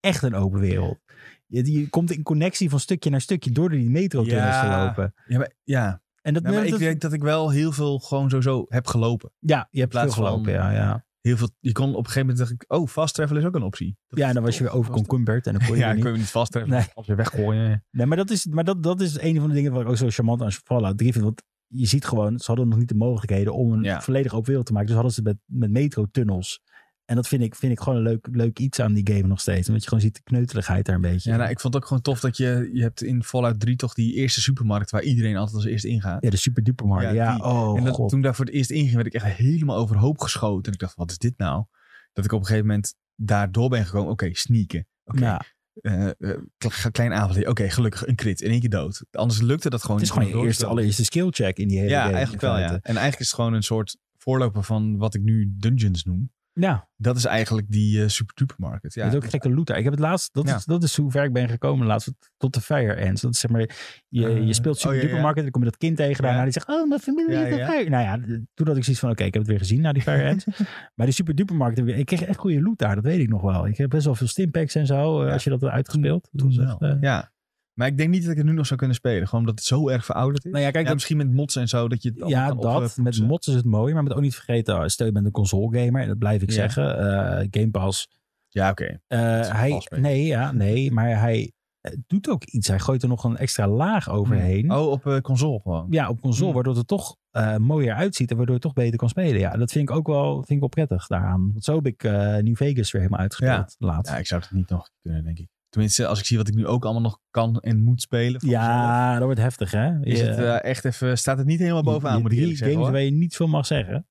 echt een open wereld. Je, je komt in connectie van stukje naar stukje door die metrotunnels Ja. te lopen. Ja, maar, ja. En dat, Ja, maar dat- ik denk dat ik wel heel veel gewoon sowieso heb gelopen. ja, je hebt veel plaats van- gelopen, ja, ja. Heel veel, je kon op een gegeven moment dacht ik, oh, fast travel is ook een optie. Dat Ja, is en dan was je tof. weer overconcumberd en dan kon je Ja, weer ik niet. kon je niet vast travelen. Nee. Als je weggooien. Nee, maar dat is, maar dat, dat is een van de dingen wat ik ook zo charmant aan Fallout 3 vind. Want je ziet gewoon, ze hadden nog niet de mogelijkheden om een Ja. volledig open wereld te maken. Dus hadden ze het met, met metrotunnels. En dat vind ik, vind ik gewoon een leuk, leuk iets aan die game nog steeds. Omdat je gewoon ziet de kneuteligheid daar een beetje. Ja, nou, ik vond het ook gewoon tof dat je, je hebt in Fallout 3 toch die eerste supermarkt waar iedereen altijd als eerst ingaat. Ja, de super duper markt. Ja, Ja, die- oh en dat, god. toen ik daar voor het eerst inging, werd ik echt helemaal overhoop geschoten. En ik dacht, wat is dit nou? Dat ik op een gegeven moment daardoor ben gekomen. Oké, sneaken. Oké, Ja, eh, eh, kle- klein avondje. Oké, gelukkig een crit. In één keer dood. Anders lukte dat gewoon het is niet gewoon om je eerste, door te allereerste skill check in die hele komen. Ja, game. eigenlijk in wel, ja. En feite. eigenlijk is het gewoon een soort voorloper van wat ik nu dungeons noem. Ja, Dat is eigenlijk die eh super dupermarket. het Ja, is ook gekke loot daar. Ik heb het laatst, dat, Ja. is, dat is hoe ver ik ben gekomen laatst, tot de fire ends. Dat is zeg maar, je, je Eh, speelt oh, ja, super ja. duper market, dan kom je dat kind tegen daarna, Ja. die zegt, oh, mijn familie Ja, heeft een ja. fire. Nou ja, toen had ik zoiets van, oké, ik heb het weer gezien na die fire ends. maar die super duper market, ik kreeg echt goede loot daar, dat weet ik nog wel. Ik heb best wel veel stimpacks en zo, eh, Ja. als je dat had uitgespeeld. Toen Dat was wel. echt, eh, ja. Maar ik denk niet dat ik het nu nog zou kunnen spelen. Gewoon omdat het zo erg verouderd is. Nou ja, kijk, ja, dat- misschien met mods en zo. Dat je het allemaal Ja, kan dus, eh. dat. oppoetsen. Met mods is het mooi, maar moet ook niet vergeten, oh, stel je bent een console gamer, en dat blijf ik Ja. zeggen, eh, Game Pass Ja, oké. Eh, is een hij, valspeler. nee, ja, nee, maar hij eh, doet ook iets. Hij gooit er nog een extra laag overheen. Oh, op eh, console gewoon. Ja, op console, Hmm. waardoor het er toch eh, mooier uitziet en waardoor je toch beter kan spelen. Ja, dat vind ik ook wel, vind ik wel prettig daaraan. Want zo heb ik eh, New Vegas weer helemaal uitgespeeld laatst. Ja, ik zou het niet nog kunnen, denk ik. Tenminste, als ik zie wat ik nu ook allemaal nog kan en moet spelen. van mezelf, Ja, dat wordt heftig, hè? Is Je- het eh, echt even, staat het niet helemaal bovenaan, je moet ik drie eerlijk zeggen. games hoor. waar je niet veel mag zeggen.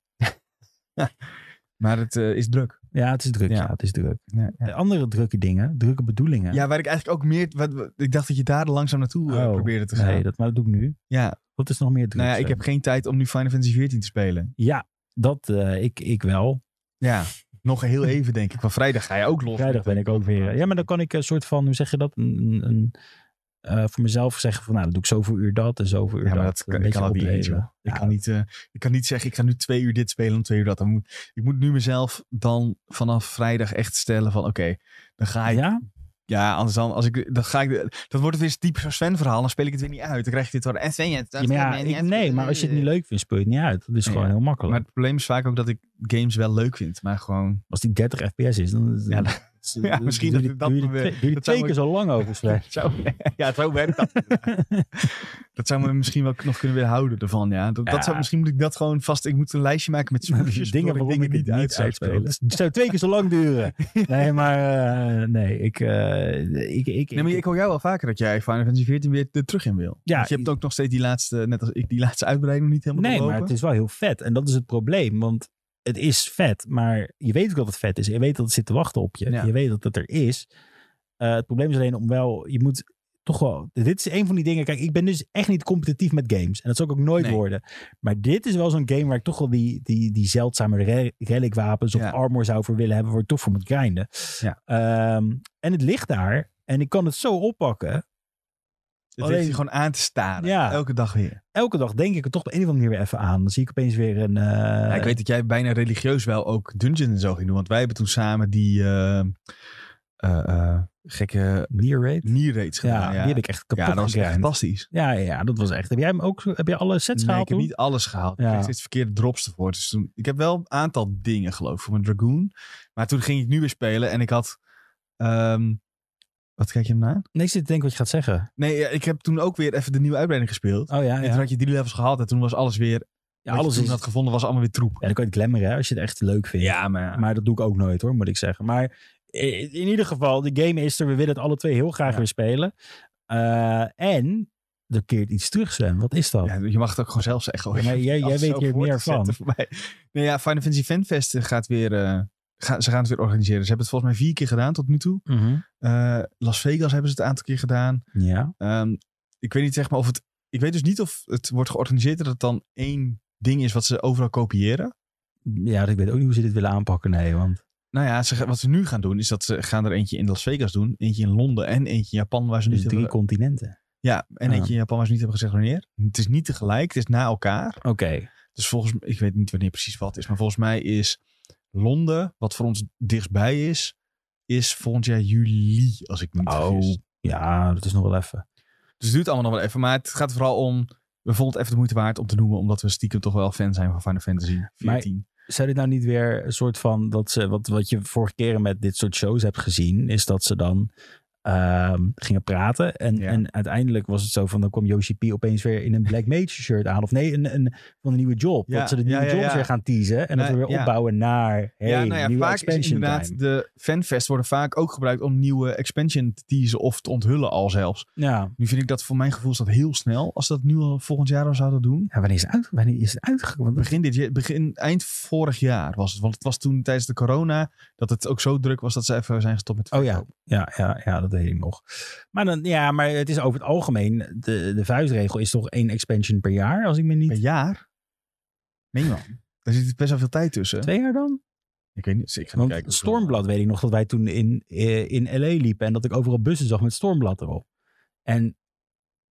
Maar het eh, is druk. Ja, het is druk. Ja, Ja. het is druk. Ja, ja. Eh, Andere drukke dingen, drukke bedoelingen. Ja, waar ik eigenlijk ook meer... wat- ik dacht dat je daar langzaam naartoe eh, Oh, probeerde te gaan. nee, dat, maar dat doe ik nu. ja, Wat is nog meer druk? nou ja, ik heb geen tijd om nu Final Fantasy 14 te spelen. Ja, dat eh, ik, ik wel. Ja, nog heel even denk ik. Van vrijdag ga je ook los. Vrijdag ben ik ook Ah. weer. Ja, maar dan kan ik een soort van, hoe zeg je dat? Een, een- een, eh, voor mezelf zeggen van, nou, dan doe ik zoveel uur dat en zoveel uur Ja, dat. maar dat Een kan, ik beetje kan dat niet eens, opdelen. joh. Ik, Ja, kan niet, eh, ik kan niet zeggen, ik ga nu twee uur dit spelen en twee uur dat. Dan moet, ik moet nu mezelf dan vanaf vrijdag echt stellen van, oké, dan ga ik... Ja, Ah, Ja? anders dan, als ik, dan ga ik... Dat wordt het weer typisch zo'n Sven-verhaal, dan speel ik het weer niet uit. Dan krijg je dit wel en Sven, ja, dat- Ja, maar ja, ik- nee, maar als je het niet leuk vindt, speel je het niet uit. Dat is Nee, gewoon ja. heel makkelijk. Maar het probleem is vaak ook dat ik games wel leuk vind, maar gewoon... als die 30 fps is, dan... Ja, dan- ja, dan misschien doe je dat- die- dat- doe dat- je die twee- doe je die dat twee zou keer zo lang over, Sven. Zo, ja, zo werkt dat. dat zou me misschien wel nog kunnen weerhouden ervan, ja. Dat, Ja. dat zou, misschien moet ik dat gewoon vast... Ik moet een lijstje maken met smoesjes dingen waarom ik het niet uit spelen. Het zou twee keer zo lang duren. Nee, maar eh, nee, ik, eh, ik, ik, Nee, maar ik hoor jou wel vaker dat jij Final Fantasy 14 weer er terug in wil. Ja, Ja, je hebt ook nog steeds die laatste, net als ik, die laatste uitbreiding niet helemaal Nee, maar doorlopen. het is wel heel vet. En dat is het probleem. Want het is vet, maar je weet ook dat het vet is. Je weet dat het zit te wachten op je. Ja. Je weet dat het er is. Eh, het probleem is alleen om wel, je moet toch wel. Dit is een van die dingen. Kijk, ik ben dus echt niet competitief met games. En dat zal ik ook nooit Nee. worden. Maar dit is wel zo'n game waar ik toch wel die, die, die zeldzame re- relic wapens of Ja. armor zou voor willen hebben. Waar ik toch voor moet grinden. Ja. Ehm, en het ligt daar. En ik kan het zo oppakken. Het alleen- heeft je gewoon aan te staren. Ja. Elke dag weer. Elke dag denk ik er toch op een of andere manier weer even aan. Dan zie ik opeens weer een. eh, Ja, ik weet dat jij bijna religieus wel ook dungeon en zo ging doen. Want wij hebben toen samen die eh, eh, eh, gekke Near raid. nier raids gedaan. Ja, Ja, die heb ik echt kapot Ja, dat was echt gegrind. fantastisch. Ja, ja, ja, dat was echt. Heb jij hem ook? Heb jij alle sets Nee, ik gehaald heb toen? niet alles gehaald. Ja. Ik kreeg steeds verkeerde drops ervoor. Dus toen, ik heb wel een aantal dingen geloof ik voor mijn Dragoon. Maar toen ging ik nu weer spelen en ik had... ehm, wat kijk je hem na? Nee, ik zit te denken wat je gaat zeggen. Nee, ja, ik heb toen ook weer even de nieuwe uitbreiding gespeeld. Oh ja, En toen ja. had je drie levels gehaald en toen was alles weer... ja wat je alles toen is... had gevonden was allemaal weer troep. Ja, dan kan je het glammeren hè, als je het echt leuk vindt. maar... Maar dat doe ik ook nooit hoor, moet ik zeggen. Maar i- in ieder geval, de game is er. We willen het alle twee heel graag Ja. weer spelen. Eh, en er keert iets terug, Sven. Wat is dat? Ja, je mag het ook gewoon zelf zeggen. hoor. Ja, maar jij- jij Als het weet zo hier voor te meer van. zetten voor mij. Nee, ja, Final Fantasy Fanfest gaat weer... eh, gaan- ze gaan het weer organiseren. Ze hebben het volgens mij vier keer gedaan tot nu toe. Mhm. Eh, Las Vegas hebben ze het een aantal keer gedaan. ja. Ehm, ik weet niet zeg maar of het... Ik weet dus niet of het wordt georganiseerd dat het dan één ding is wat ze overal kopiëren. Ja, ik weet ook niet hoe ze dit willen aanpakken. Nee, want Nou ja, ze, gaan- wat ze nu gaan doen is dat ze gaan er eentje in Las Vegas doen. Eentje in Londen en eentje in Japan waar ze dus niet drie Ah. hebben... continenten. Ja, en Ja. eentje in Japan waar ze niet hebben gezegd wanneer. Het is niet tegelijk, het is na elkaar. Oké. Dus volgens mij, ik weet niet wanneer precies wat het is, maar volgens mij is Londen, wat voor ons dichtstbij is, is volgend jaar juli, als ik me niet Oh, vergis. ja, dat is nog wel even. Dus het duurt allemaal nog wel even, maar het gaat vooral om, we vonden het even de moeite waard om te noemen, omdat we stiekem toch wel fan zijn van Final Fantasy 14. Zou dit nou niet weer een soort van dat ze, wat, wat je vorige keren met dit soort shows hebt gezien, is dat ze dan ehm, gingen praten. En, Ja. en uiteindelijk was het zo van dan kwam Yoshi P opeens weer in een Black Mage shirt aan. Of nee, een, een van een nieuwe job. Ja, dat ze de ja, nieuwe ja, jobs ja. weer gaan teasen. En dat we Nou, weer ja. opbouwen naar hey, ja, nou ja, nieuwe vaak is expansion inderdaad time. de fanfest worden vaak ook gebruikt om nieuwe expansion te teasen of te onthullen al zelfs. Ja. Nu vind ik dat voor mijn gevoel is dat heel snel, als ze dat nu al volgend jaar al zouden doen. Ja, wanneer is het, uit, wanneer is het uitgekomen? Want Begin, dit, jaar- begin eind vorig jaar was het. Want het was toen tijdens de corona dat het ook zo druk was dat ze even zijn gestopt met Oh ja. verkopen. Ja, ja, ja, dat weet ik nog. Maar, dan, ja, maar het is over het algemeen, de, de vuistregel is toch één expansion per jaar, als ik me niet... Per jaar? Nee man. Daar zit best wel veel tijd tussen. Twee jaar dan? Ik weet niet. dus Ik ga Want niet kijken. hoeveel. Stormblad weet ik nog dat wij toen in, eh, in LA liepen en dat ik overal bussen zag met Stormblad erop. En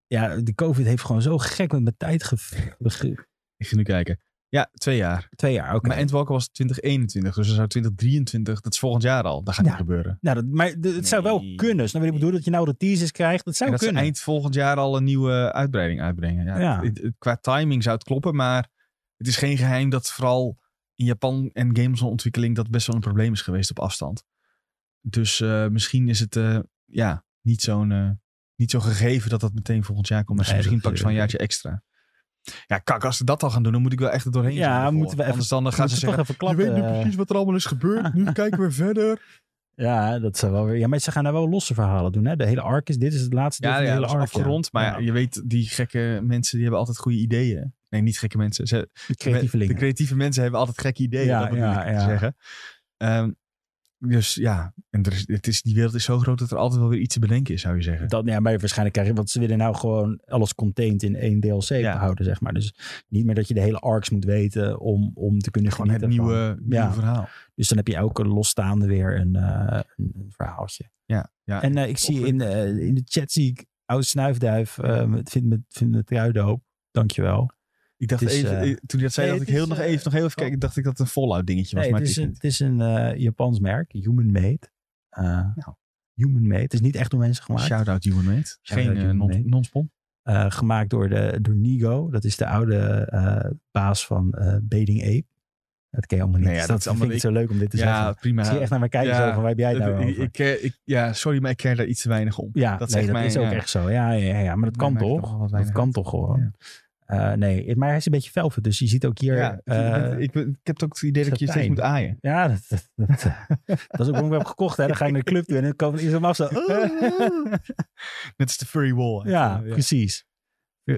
ja, de COVID heeft gewoon zo gek met mijn tijd ge... ge- Ik ga nu kijken. Ja, twee jaar. Twee jaar, oké. Maar Endwalker was 2021. Dus dan zou 2023, dat is volgend jaar al. Dat gaat Ja. niet gebeuren. Nou, dat, maar de- het zou wel Nee. kunnen. Snap je wat ik bedoel? Dat je nou de teasers krijgt, dat zou en dat kunnen. ze eind volgend jaar al een nieuwe uitbreiding uitbrengen. Ja, Ja. het- het- qua timing zou het kloppen, maar het is geen geheim dat vooral in Japan en gamesontwikkeling dat best wel een probleem is geweest op afstand. Dus eh, misschien is het eh, ja, niet zo'n eh, niet zo gegeven dat dat meteen volgend jaar komt. Maar Nee, misschien dat- eh, pakken ze van een jaartje extra. Ja, kak, als ze dat al gaan doen, dan moet ik wel echt er doorheen. Ja, zijn ervoor. moeten we even- Anders dan eh, gaan ze toch zeggen, even klappen. je weet nu eh. precies wat er allemaal is gebeurd. Nu kijken we verder. Ja, dat zou wel weer. Ja, maar ze gaan daar wel losse verhalen doen. Hè? De hele arc is. Dit is het laatste deel Ja, van de ja, hele dat is arc. afgerond. Maar ja, je weet, die gekke mensen, die hebben altijd goede ideeën. Nee, niet gekke mensen. Ze, ja. creatieveling. De creatieve mensen hebben altijd gekke ideeën, Ja, dat bedoel ja, ik te ja. zeggen. Ehm, dus ja, en er is, het is, die wereld is zo groot dat er altijd wel weer iets te bedenken is, zou je zeggen. Dat, ja, maar waarschijnlijk krijgen, want ze willen nou gewoon alles contained in één DLC Ja. houden, zeg maar. Dus niet meer dat je de hele arcs moet weten om, om te kunnen Gewoon het genieten van. nieuwe, nieuwe Ja. verhaal. Dus dan heb je elke losstaande weer een, eh, een verhaaltje. Ja, ja. En eh, ik zie in, eh, in de chat zie ik oud snuifduif. eh, het vindt me, vindt me truidoop. Dankjewel. ik dacht het is, even, eh, eh, toen je dat zei, nee, dat ik het heel, is, nog, eh, even, nog heel even kijken, dacht ik dat het een Fallout dingetje was. Nee, maar het het is is een, niet. het is een eh, Japans merk, Human Made. Eh, Human Made. Het is niet echt door mensen gemaakt. Shout-out Human Made. Geen eh, Human non- Made. non-spon. Eh, gemaakt door, de, door Nigo. Dat is de oude eh, baas van eh Bading Ape. Dat ken je allemaal niet. Nee, ja, dat Dus dat is allemaal vind ik zo leuk om dit te ja, zeggen. prima. Ik zie je echt naar mij kijken Ja. zo van, waar heb jij het nou Eh, over? ik, eh, ik, ja, sorry, maar ik ken daar iets te weinig om. ja, dat dat, zegt nee, dat mij, is ook ja. echt zo. Ja, ja, ja, ja. maar dat kan Mij maakt toch? nogal wat Dat weinig kan uit. toch gewoon? Eh, nee, maar hij is een beetje velvet. Dus je ziet ook hier... Ja, ik, eh, ben- ik, ben- ik heb het ook het idee dat ik je steeds satijn. moet aaien. ja, dat, dat, dat, dat is ook waarom ik hem heb gekocht. Hè. Dan ga ik naar de club toe en dan komen- Oh, is hem af zo... Oh. Net als de furry wall. Eh, Ja, precies.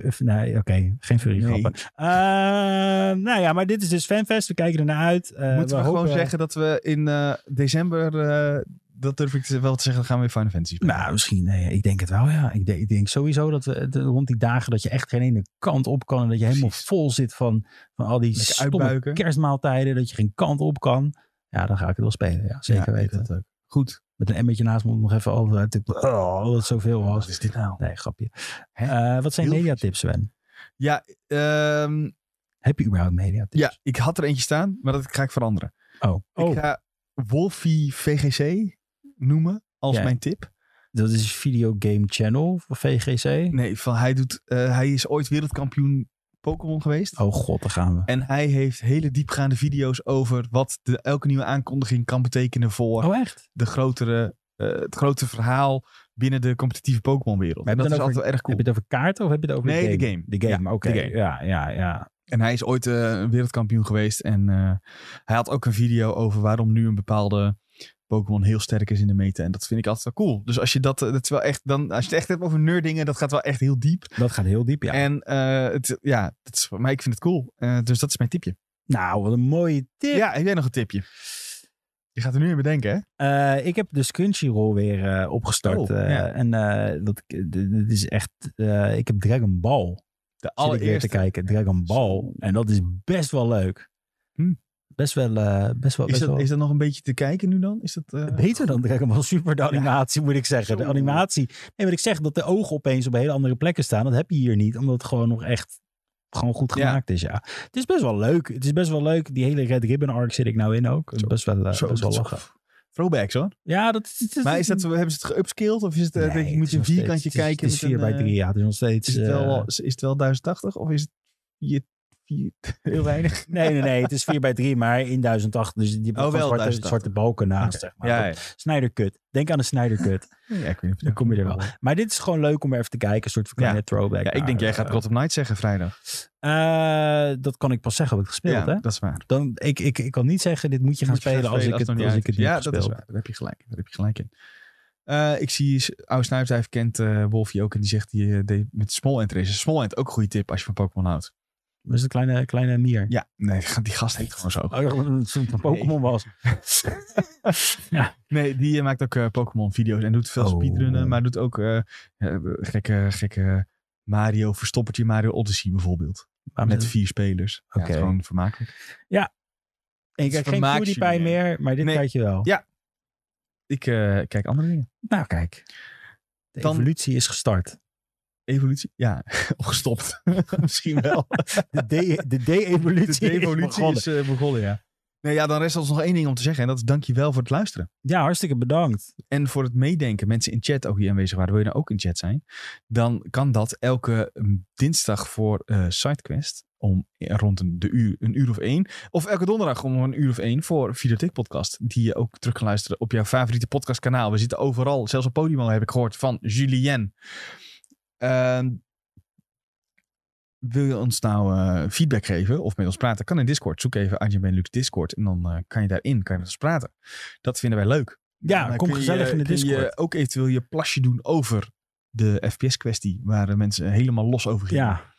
Of- Nee, oké. Geen furry Nee. grappen. Eh, nou ja, maar dit is dus Fanfest. We kijken ernaar uit. Eh, Moeten we, gewoon hopen- zeggen dat we in eh, december, eh, dat durf ik te- wel te zeggen, dan gaan we weer Final Fantasy spelen. Nou, misschien. Nee, ik denk het wel, ja. Ik, denk- ik denk sowieso dat we, eh, de- rond die dagen dat je echt geen ene kant op kan. En dat je helemaal Precies. vol zit van, van al die Lekker stomme uitbuiken. kerstmaaltijden. Dat je geen kant op kan. Ja, dan ga ik het wel spelen. Ja, zeker Ja, ik weten. dat ook. Goed. Met een emmertje naast me nog even over. Oh, dat zoveel Wat was. is dit nou? Nee, grapje. Hè? Eh, wat zijn Heel mediatips, Sven? Ja, ehm, Heb je überhaupt mediatips? ja, ik had er eentje staan, maar dat ga ik veranderen. Oh, Dus. oh. Ik ga Wolfie VGC noemen als Ja. mijn tip. Dat is Video Game Channel voor VGC. Nee, van hij, doet, eh, hij is ooit wereldkampioen Pokémon geweest. Oh god, daar gaan we. En hij heeft hele diepgaande video's over wat de, elke nieuwe aankondiging kan betekenen voor Oh echt? de grotere, eh, het grote verhaal binnen de competitieve Pokémon-wereld. Maar En dat heb je is dan altijd wel erg cool. Heb je het over kaarten of heb je het over Nee, de game? de game. De game, oké. de game. Ja, ja, ja. En hij is ooit eh, een wereldkampioen geweest. En eh, hij had ook een video over waarom nu een bepaalde Pokémon heel sterk is in de meta. En dat vind ik altijd wel cool. Dus als je dat, eh, dat is wel echt, dan, als je het echt hebt over nerddingen, dat gaat wel echt heel diep. Dat gaat heel diep, ja. En eh, het, ja, dat is, maar ik vind het cool. Eh, dus dat is mijn tipje. Nou, wat een mooie tip. Ja, heb jij nog een tipje? Je gaat er nu in bedenken, hè? Eh, ik heb dus Crunchyroll weer eh, opgestart. Oh, eh, ja. En eh, dat, dit dit is echt... eh, ik heb Dragon Ball. De Zit ik weer te allereerste. kijken. Dragon Ball. En dat is best wel leuk. Hm. Best wel... eh, best wel, Is best dat, wel is dat nog een beetje te kijken nu dan? Is dat, eh, Beter dan Dragon Ball Super, de animatie, moet ik zeggen. De Zo. animatie. Nee, wat ik zeg, dat de ogen opeens op hele andere plekken staan. Dat heb je hier niet, omdat het gewoon nog echt gewoon goed Ja. gemaakt is, ja. Het is best wel leuk. Het is best wel leuk. Die hele Red Ribbon arc zit ik nou in ook. Het is Zo. best wel, eh, Zo, best wel dat is- lachen. Throwbacks hoor. Ja, dat is... Maar is dat, hebben ze het geupscaled? Of is het, eh, Nee, dat je het moet is je een nog steeds- vierkantje het is- kijken? Het is met 4 bij een, eh, 3 ja. Het is nog steeds... Is het, wel, eh, is het wel 1080 of is het je, je, heel weinig? Oh, Nee, nee, nee. Het is 4 bij 3 maar in 1008. Dus die wel zwarte, 1080. zwarte balken naast, zeg maar. Ja, ja. Snyder Cut. Denk aan de Snyder Cut. ja, ik weet niet. Dan kom je er wel. Maar dit is gewoon leuk om er even te kijken. Een soort van kleine throwback. Ja, ik denk naar, jij gaat eh, Gotham Knight zeggen vrijdag. Eh, dat kan ik pas zeggen wat ik Ja, gespeeld heb. dat is waar. Dan, ik, ik, ik kan niet zeggen, dit moet je gaan Moet je spelen als ik het het, nog niet als uit ik het is. niet Ja, heb dat is gespeeld. waar. Daar heb je gelijk, daar heb je gelijk in. Eh, ik zie Oude Snuifdijf kent eh Wolfie ook en die zegt die, eh, deed met Small End races. Small End ook een goede tip als je van Pokémon houdt. Dat is een kleine, kleine mier. Ja, nee, die gast heet gewoon zo. Oh, ik dacht dat het een Pokémon was. Nee, die eh, maakt ook eh, Pokémon-video's en doet veel Oh. speedrunnen, maar doet ook eh, eh, gekke, gekke Mario verstoppertje Mario Odyssey bijvoorbeeld. Waarom Met zit- vier spelers. Ja, het Ah, Oké. is gewoon vermakelijk. En het ik krijg geen vermaakt Fruity jullie Pie meer, maar dit Nee. krijg je wel. Ja. Ik eh, kijk andere dingen. Nou, kijk. De Dan- evolutie is gestart. Evolutie? Ja, of gestopt. Misschien wel. De de- de de-evolutie De de is evolutie begonnen. is eh, begonnen, ja. Nee, ja, dan rest ons nog één ding om te zeggen. En dat is dankjewel voor het luisteren. Ja, hartstikke bedankt. En voor het meedenken. Mensen in chat ook hier aanwezig waren. Wil je nou ook in chat zijn? Dan kan dat elke mm, dinsdag voor eh SideQuest. om rond een, de uur, een uur of één. Of elke donderdag om een uur of één voor Videotheek Podcast. Die je ook terug kan luisteren op jouw favoriete podcastkanaal. We zitten overal, zelfs op Podimo heb ik gehoord van Julien. Ehm, wil je ons nou eh, feedback geven of met ons praten? Kan in Discord. Zoek even Arjen Ben Lux Discord en dan eh, kan je daarin kan je met ons praten. Dat vinden wij leuk. Dan Ja, kom Nou, kun je- gezellig in de kun Discord. Je ook eventueel je plasje doen over de FPS-kwestie, waar de mensen helemaal los over gingen. ja,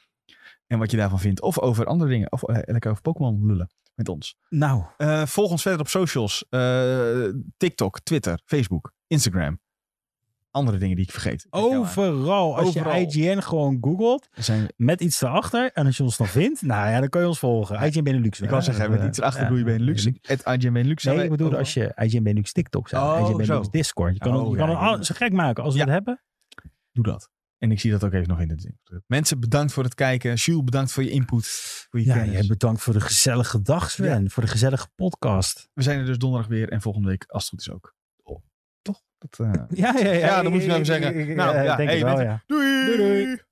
En wat je daarvan vindt. Of over andere dingen. Of eh, lekker over Pokémon lullen met ons. nou, Eh, volg ons verder op socials. Eh, TikTok, Twitter, Facebook, Instagram. Andere dingen die ik vergeet. overal. Als Overal. je IGN gewoon googelt, Er Zijn, met iets erachter. En als je ons dan vindt, nou ja, dan kun je ons volgen. IGN Benelux. Eh, ik kan zeggen, met iets erachter doe je bij Lux. Het IGN Benelux. Nee, ik bedoel als je IGN Benelux TikTok zet. Oh, IGN Benelux zo. Discord. Je kan, Oh, je ja, kan ja. het zo gek maken als we Ja. het hebben. Doe dat. En ik zie dat ook even nog in de ding. Mensen, bedankt voor het kijken. Jules, bedankt voor je input. Voor je Ja, kennis. jij bedankt voor de gezellige dag, Sven. Voor de gezellige podcast. We zijn er dus donderdag weer en volgende week, als het goed is ook. Oh, toch? Dat, eh, Ja, ja, ja. Ja, dat moet je wel even Ik- ik- zeggen. ik- Nou, ja, denk hey, het wel, mensen. ja. doei! Doei, doei.